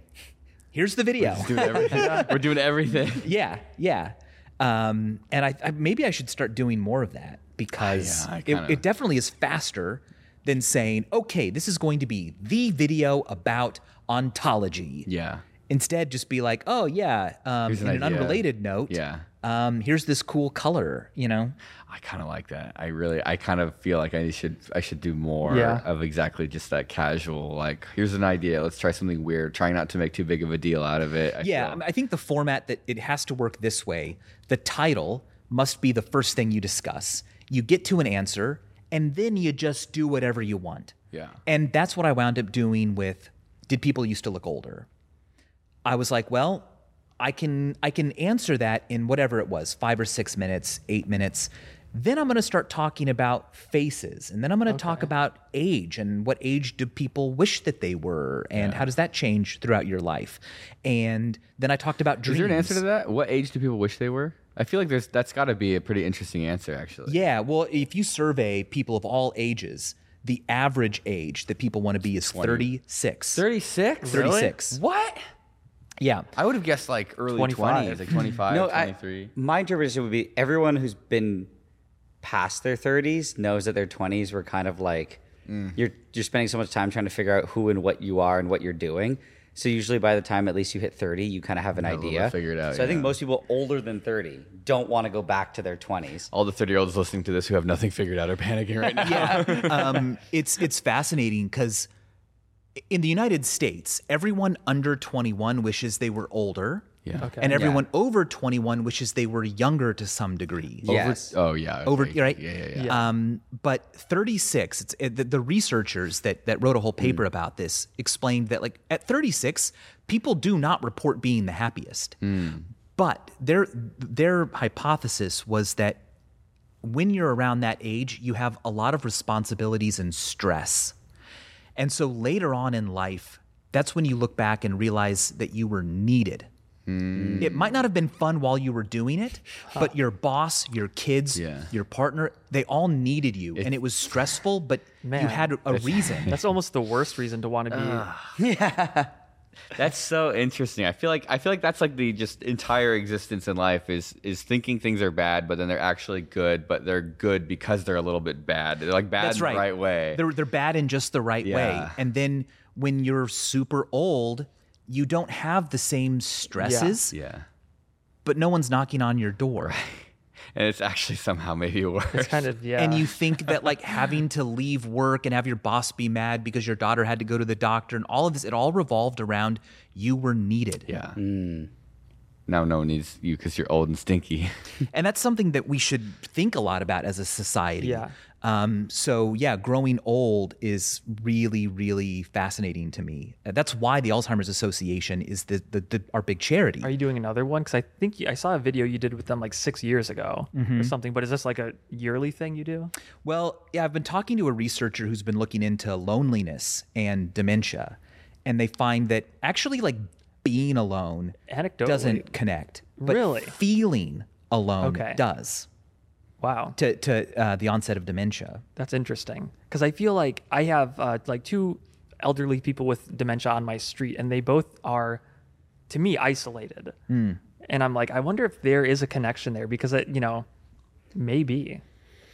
here's the video. <laughs> Doing everything. We're doing <laughs> everything. Yeah, yeah. Um, and I, I maybe I should start doing more of that because Ah, Yeah, I it, kinda- it definitely is faster than saying, okay, this is going to be the video about ontology. Yeah. Instead, just be like, oh yeah. Um, Here's in an an, idea. unrelated note, Yeah. Um, here's this cool color. You know, I kind of like that. I really, I kind of feel like I should, I should do more Yeah. of exactly just that casual. Like, here's an idea. Let's try something weird. Trying not to make too big of a deal out of it. I yeah. I, feel. mean, I think the format that it has to work this way. The title must be the first thing you discuss. You get to an answer, and then you just do whatever you want. Yeah. And that's what I wound up doing with did people used to look older? I was like, well, I can I can answer that in whatever it was, 5 or 6 minutes, 8 minutes. Then I'm going to start talking about faces and then I'm going to talk about age and what age do people wish that they were and how does that change throughout your life? And then I talked about dreams. Is there an answer to that? What age do people wish they were? I feel like there's that's got to be a pretty interesting answer, actually. Yeah, well, if you survey people of all ages, the average age that people want to be is 36. Thirty-six. 36. What? Yeah. I would have guessed like early 25. twenties, like 25, No, I, 23. my interpretation would be everyone who's been past their 30s knows that their 20s Mm. were kind of like you're you're spending so much time trying to figure out who and what you are and what you're doing. So usually by the time at least you hit 30, you kind of have an a little idea. bit figured out, So I think yeah. most people older than 30 don't want to go back to their 20s. All the 30 year olds listening to this who have nothing figured out are panicking right <laughs> now. <laughs> um, it's it's fascinating because in the United States, everyone under 21 wishes they were older. Yeah. Okay. And everyone over 21 wishes they were younger to some degree. Yes. Oh, yeah. Over, okay. right? Yeah, yeah, yeah. Um, but 36, it's, it, the, the researchers that, that wrote a whole paper Mm. about this explained that, like, at 36, people do not report being the happiest. Mm. But their, their hypothesis was that when you're around that age, you have a lot of responsibilities and stress. And so later on in life, that's when you look back and realize that you were needed. Hmm. It might not have been fun while you were doing it, but your boss, your kids, Yeah. your partner, they all needed you. and it was stressful, but you Man. had a <laughs> reason. That's almost the worst reason to want to be. That's so interesting. I feel like I feel like that's like the just entire existence in life is is thinking things are bad, but then they're actually good, but they're good because they're a little bit bad. They're like bad That's in right. the right way. They're, they're bad in just the right way. Yeah. And then when you're super old, you don't have the same stresses, yeah. but no one's knocking on your door. And it's actually somehow maybe worse. it's kind of yeah. and you think that <laughs> like having to leave work and have your boss be mad because your daughter had to go to the doctor and all of this it all revolved around you were needed yeah. Now no one needs you because you're old and stinky. and that's something that we should think a lot about as a society Yeah. um, so yeah growing old is really really fascinating to me Uh, that's why the alzheimer's association is the, the, the our big charity Are you doing another one? Because I think you, I saw a video you did with them like six years ago or something. But is this like a yearly thing you do? Well, yeah, I've been talking to a researcher who's been looking into loneliness and dementia, and they find that actually, like being alone, Anecdotally. doesn't connect, but Really? feeling alone Okay. does Wow, to to uh, the onset of dementia. that's interesting. Because I feel like I have uh, like two elderly people with dementia on my street, and they both are, to me, isolated. Hmm. And I'm like, I wonder if there is a connection there because it, you know, maybe.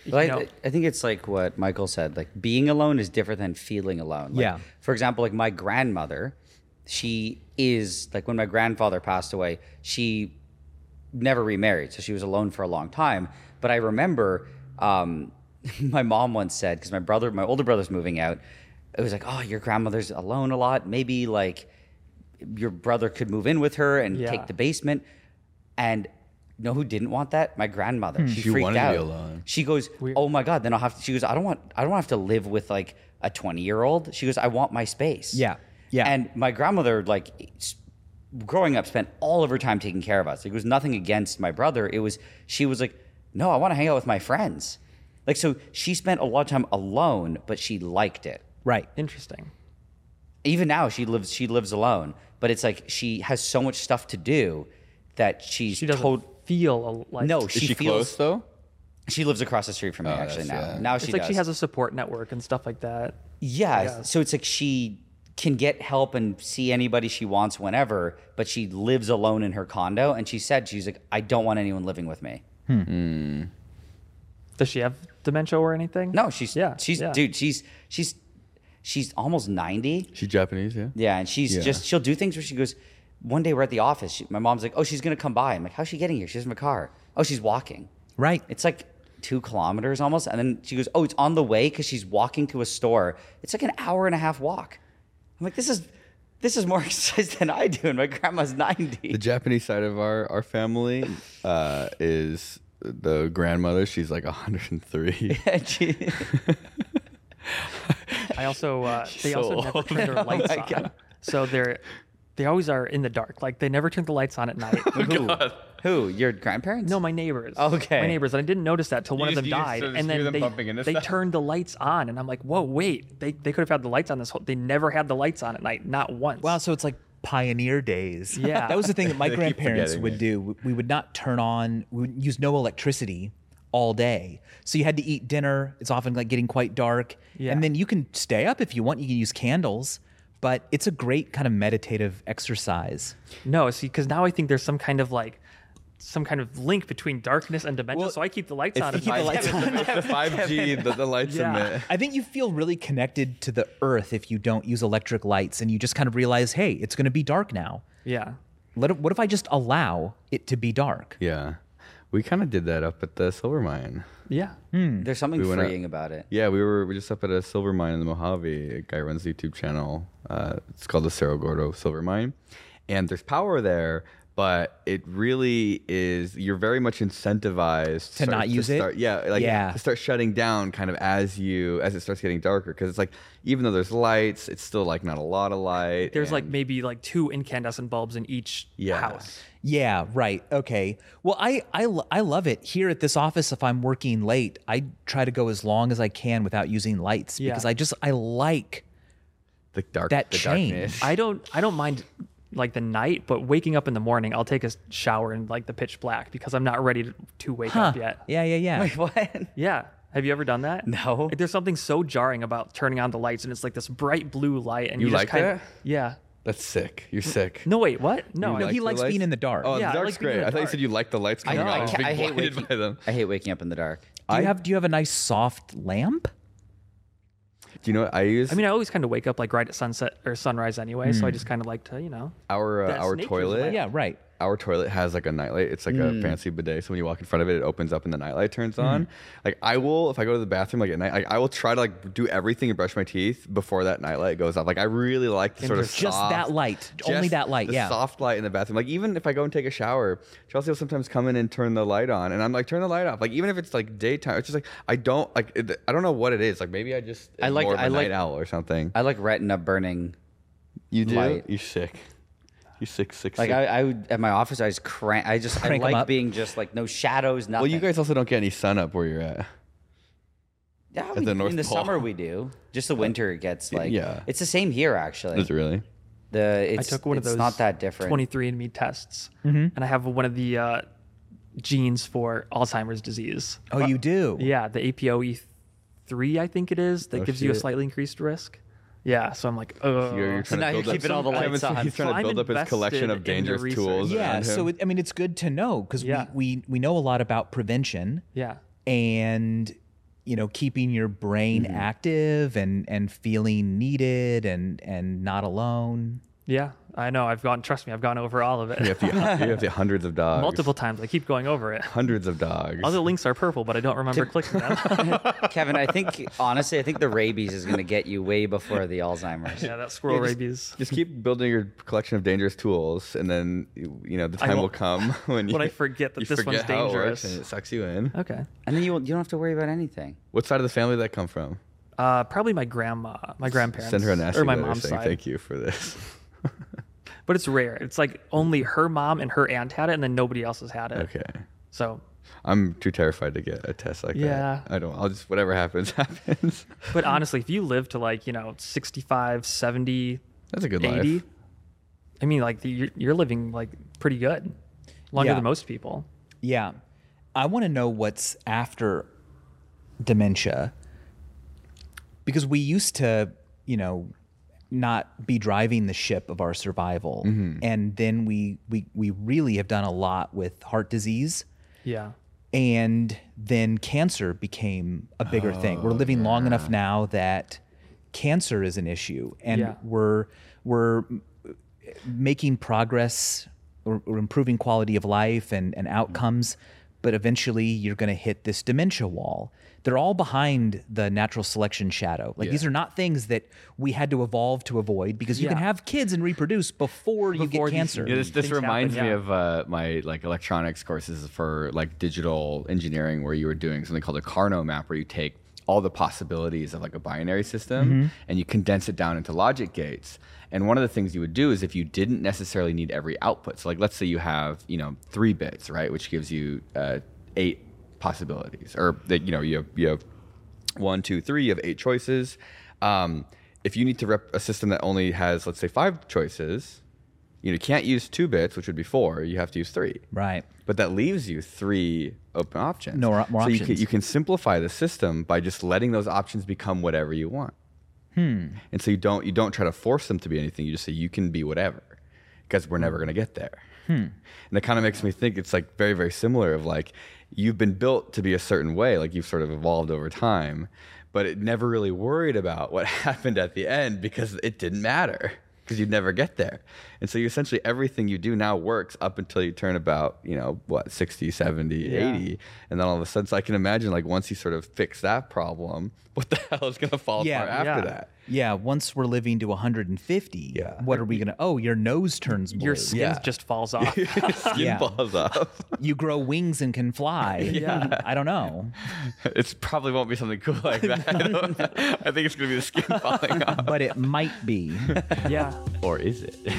You Well, know, I, I think it's like what Michael said. Like being alone is different than feeling alone. Like, Yeah. For example, like my grandmother, she is like when my grandfather passed away, she never remarried, so she was alone for a long time. But I remember um, <laughs> my mom once said because my brother, my older brother's moving out. It was like, oh, your grandmother's alone a lot. Maybe like your brother could move in with her and Yeah. take the basement. And you know who didn't want that? My grandmother. Hmm. She, She freaked wanted to out. be alone. She goes, "Oh my god!" Then I'll have to. She goes, "I don't want. I don't want to have to live with like a twenty-year-old." She goes, "I want my space." Yeah. Yeah. And my grandmother, like, s- growing up, spent all of her time taking care of us. Like, it was nothing against my brother. It was she was like, "No, I want to hang out with my friends." Like, so she spent a lot of time alone, but she liked it Right. interesting. even now she lives she lives alone but it's like she has so much stuff to do that she's She doesn't tot- feel a, like no Is she, she, feels close though? she lives across the street from me actually now that's- yeah. now she It's like does. she has a support network and stuff like that. yeah so it's like she can get help and see anybody she wants whenever but she lives alone in her condo and she said she's like i don't want anyone living with me Does she have dementia or anything? no she's Yeah, she's yeah. dude she's she's she's almost 90 She's Japanese, yeah. Yeah, and she's Yeah. just she'll do things where she goes. One day we're at the office. She, my mom's like, "Oh, she's gonna come by." I'm like, "How's she getting here? She doesn't have a car. Oh, she's walking. Right. It's like two kilometers almost." And then she goes, "Oh, it's on the way because she's walking to a store. It's like an hour and a half walk." I'm like, "This is this is more <laughs> exercise than I do." And my grandma's ninety. The <laughs> Japanese side of our our family uh, is the grandmother. She's like <laughs> 103. And she- <laughs> I also uh, they so also never old. turn their <laughs> lights Oh on, so they're they always are in the dark. Like they never turn the lights on at <laughs> night. who? Who? Your grandparents? no, my neighbors. Okay. my neighbors. And I didn't notice that till one just- of you them just died, sort of and hear then them bumping they, into they stuff. turned the lights on, and I'm like, whoa, wait, they they could have had the lights on this whole. They never had the lights on at night, not once. Wow, uh, so it's like pioneer days. <laughs> Yeah. That was the thing <laughs> that my grandparents forgetting would it. do. We would not turn on, we would use no electricity all day. So you had to eat dinner. It's often like getting quite dark. Yeah. And then you can stay up if you want. You can use candles, but it's a great kind of meditative exercise. No, see, because now I think there's some kind of like some kind of link between darkness and dimension. Well, so I keep the lights It's on. the if I- the lights five- <laughs> on. it's the 5G, the, the lights Yeah. emit. I think you feel really connected to the earth if you don't use electric lights and you just kind of realize, hey, it's going to be dark now. yeah. Let it, what if I just allow it to be dark? Yeah. We kind of did that up at the silver mine. Yeah. There's something went out- freeing about it. Yeah, we were we just up at a silver mine in the Mojave. A guy runs a YouTube channel. Uh, it's called the Cerro Gordo Silver Mine, and there's power there, but it really is. You're very much incentivized To not use it? start- Yeah, like Yeah. to start shutting down kind of as you as it starts getting darker because it's like even though there's lights, it's still like not a lot of light. There's like and- maybe like two incandescent bulbs in each Yeah. house. Yeah, right. Okay. Well, I, I lo- I love it here at this office. If I'm working late, I try to go as long as I can without using lights Yeah. because I just I like the dark that the change. darkness. I don't I don't mind like the night, but waking up in the morning, I'll take a shower in like the pitch black because I'm not ready to, to wake Huh. up yet. Yeah, yeah, yeah. <laughs> What? Yeah. Have you ever done that? No. There's something so jarring about turning on the lights and it's like this bright blue light and You you, like just kind that? of Yeah. That's sick. You're sick. No wait, what? No, You I- No, like he the likes lights? being in the dark. Oh, Yeah, I the like dark's being in great. the I thought you dark. said you liked the lights I coming know. out. I, was ca- being I hate blinded waking. by them. I hate waking up in the dark. do you have do you have a nice soft lamp? Do you know what I use? I mean I always kind of wake up like right at sunset or sunrise anyway, so I Hmm. just kind of like to, you know. our uh, That our snake is toilet. like- Yeah, right. our toilet has like a nightlight. It's like a fancy bidet. So when you walk in front of it, it opens up and the nightlight turns on. Like I will, if I go to the bathroom like at night, like I will try to like do everything and brush my teeth before that nightlight goes off. Like I really like the sort of Just soft- that light. Only just that light. the Yeah. soft light in the bathroom. Like even if I go and take a shower, Chelsea will sometimes come in and turn the light on, and I'm like, turn the light off. Like even if it's like daytime, it's just like I don't like. It, I don't know what it is. Like maybe I just I am like- more of a I like- night owl or something. I like retina burning. you do. light. You sick. You sick. Sick. Like sick. I, I would at my office, I just crank. I just Crank 'em I up. like being just like no shadows, nothing. well, you guys also don't get any sun up where you're at. yeah, the we- North in the Pole. summer we do. Just the winter it gets like yeah. It's the same here actually. Is it really? The I it's, took one it's of those not that different. 23andMe tests, Mm-hmm. and I have one of the uh, genes for Alzheimer's disease. Oh, you do. Yeah, the APOE3, E I think it is, that Oh, gives you a shit. slightly increased risk. Yeah, so I'm like, oh, You're, you're So trying now to you're build up keeping all the Kevin's- lights on. He's trying So I'm to build up his collection invested in of the dangerous research. tools. Yeah. around So him. it, I mean, it's good to know because Yeah. we, we we know a lot about prevention yeah, and you know keeping your brain active and and feeling needed and and not alone. yeah. I know. I've gone. Trust me, I've gone over all of it you, have the, you have the hundreds of dogs. <laughs> multiple times. I keep going over it. Hundreds of dogs. All the links are purple, but I don't <laughs> remember clicking them. Kevin, I think honestly, I think the rabies is going to get you way before the Alzheimer's. yeah, that squirrel rabies. Just keep building your collection of dangerous tools, and then you you know the time will won't- come <laughs> when you when I forget that you this one's forget how it works dangerous. and it sucks you in. Okay. And then you won't- you don't have to worry about anything. What side of the family did that come from? Uh, probably my grandma, my grandparents, Send her an nasty or my letter mom's saying side. thank you for <laughs> this. But it's rare. It's like only her mom and her aunt had it, and then nobody else has had it. Okay, So, I'm too terrified to get a test like Yeah. that. I don't. I'll just whatever happens <laughs> happens. but honestly, if you live to like, you know, 65, 70, That's a good 80, life. I mean, like, the, you're, you're living like pretty good, longer Yeah. than most people. Yeah. I want to know what's after dementia because we used to, you know, not be driving the ship of our survival. And then we, we we really have done a lot with heart disease Yeah. and then cancer became a bigger thing. We're living Oh, long enough now that cancer is an issue and Yeah. we're we're making progress or, or improving quality of life and, Mm-hmm. and outcomes, but eventually you're going to hit this dementia wall. They're all behind the natural selection shadow. Like these are not things that we had to evolve to avoid because you can Yeah. have kids and reproduce before, you Before get these- cancer. Yeah, this, this Things reminds happen, me yeah. of uh, my like electronics courses for like digital engineering, where you were doing something called a Carnot map, where you take all the possibilities of like a binary system Mm-hmm. and you condense it down into logic gates. And one of the things you would do is if you didn't necessarily need every output, so like let's say you have you know three bits, right, which gives you uh, eight possibilities, or that you know you have, you have one, two, three. You have eight choices. Um, if you need to rep a system that only has, let's say, five choices, you, know, you can't use two bits, which would be four. You have to use three. Right. But that leaves you three open options. No, more- more so You can, options. you can simplify the system by just letting those options become whatever you want. Hmm. And so you don't you don't try to force them to be anything. You just say you can be whatever, because we're never going to get there. And it kind of makes me think it's like very, very similar of like you've been built to be a certain way, like you've sort of evolved over time, but it never really worried about what <laughs> happened at the end because it didn't matter because you'd never get there. And so you essentially everything you do now works up until you turn about, you know, what, 60, 70, 80. And then all of a sudden, so I can imagine like once you sort of fix that problem, <laughs> what the hell is going to fall Yeah, apart after yeah. that? Yeah, once we're living to 150, Yeah. what are we going to? Oh, your nose turns blue. Your skin Yeah. just falls off. Skin Yeah. falls off. you grow wings and can fly. yeah. I don't know. <laughs> It probably won't be something <laughs> cool like that. I, don't- I think it's going to be the <laughs> skin falling off. But it might <laughs> be. yeah. Or is it? <laughs>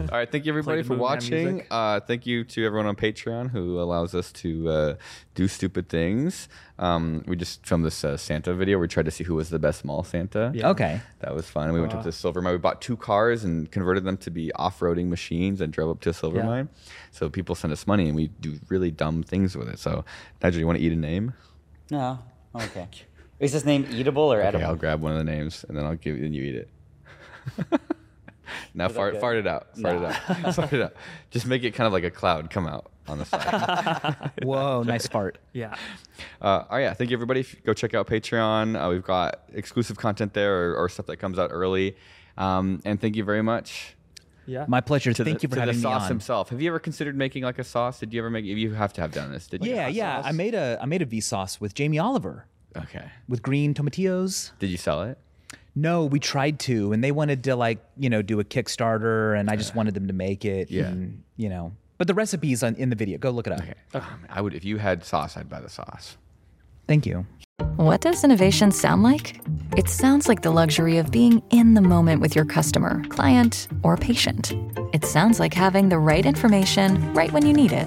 All right. Thank you, everybody, the for Moonman watching. music. Uh, thank you to everyone on Patreon who allows us to uh, do stupid things. Um, we just filmed this uh, Santa video. We tried to see who was the best mall Santa. Yeah. Okay. That was fun. And we went up to Silvermine. We bought two cars and converted them to be off roading machines and drove up to Silvermine. So people send us money and we do really dumb things with it. So, Nigel, you want to eat a name? No. Okay. <laughs> Is this name eatable or Okay, I'll edible? grab one of the names and then I'll give you, and you eat it. <laughs> now fart, good? fart it out. Fart it out. <laughs> fart it out. Just make it kind of like a cloud come out on the side. <laughs> Whoa, nice fart. Yeah. uh, oh, yeah. Thank you, everybody. F- Go check out Patreon. Uh, we've got exclusive content there or, or stuff that comes out early. Um, and thank you very much. Yeah. My pleasure. to Thank the, you for to having the me sauce on. himself. Have you ever considered making like a sauce? Did you ever make? You have to have done this. Did you? Yeah, yeah. I made a I made a Vsauce with Jamie Oliver Okay. with green tomatillos. Did you sell it? No, we tried to, and they wanted to like you know do a Kickstarter, and I just wanted them to make it. Uh. Yeah. and, you know. But the recipe's on in the video. Go look it up. Okay. Oh, man, I would if you had sauce. I'd buy the sauce. Thank you. What does innovation sound like? It sounds like the luxury of being in the moment with your customer, client, or patient. It sounds like having the right information right when you need it.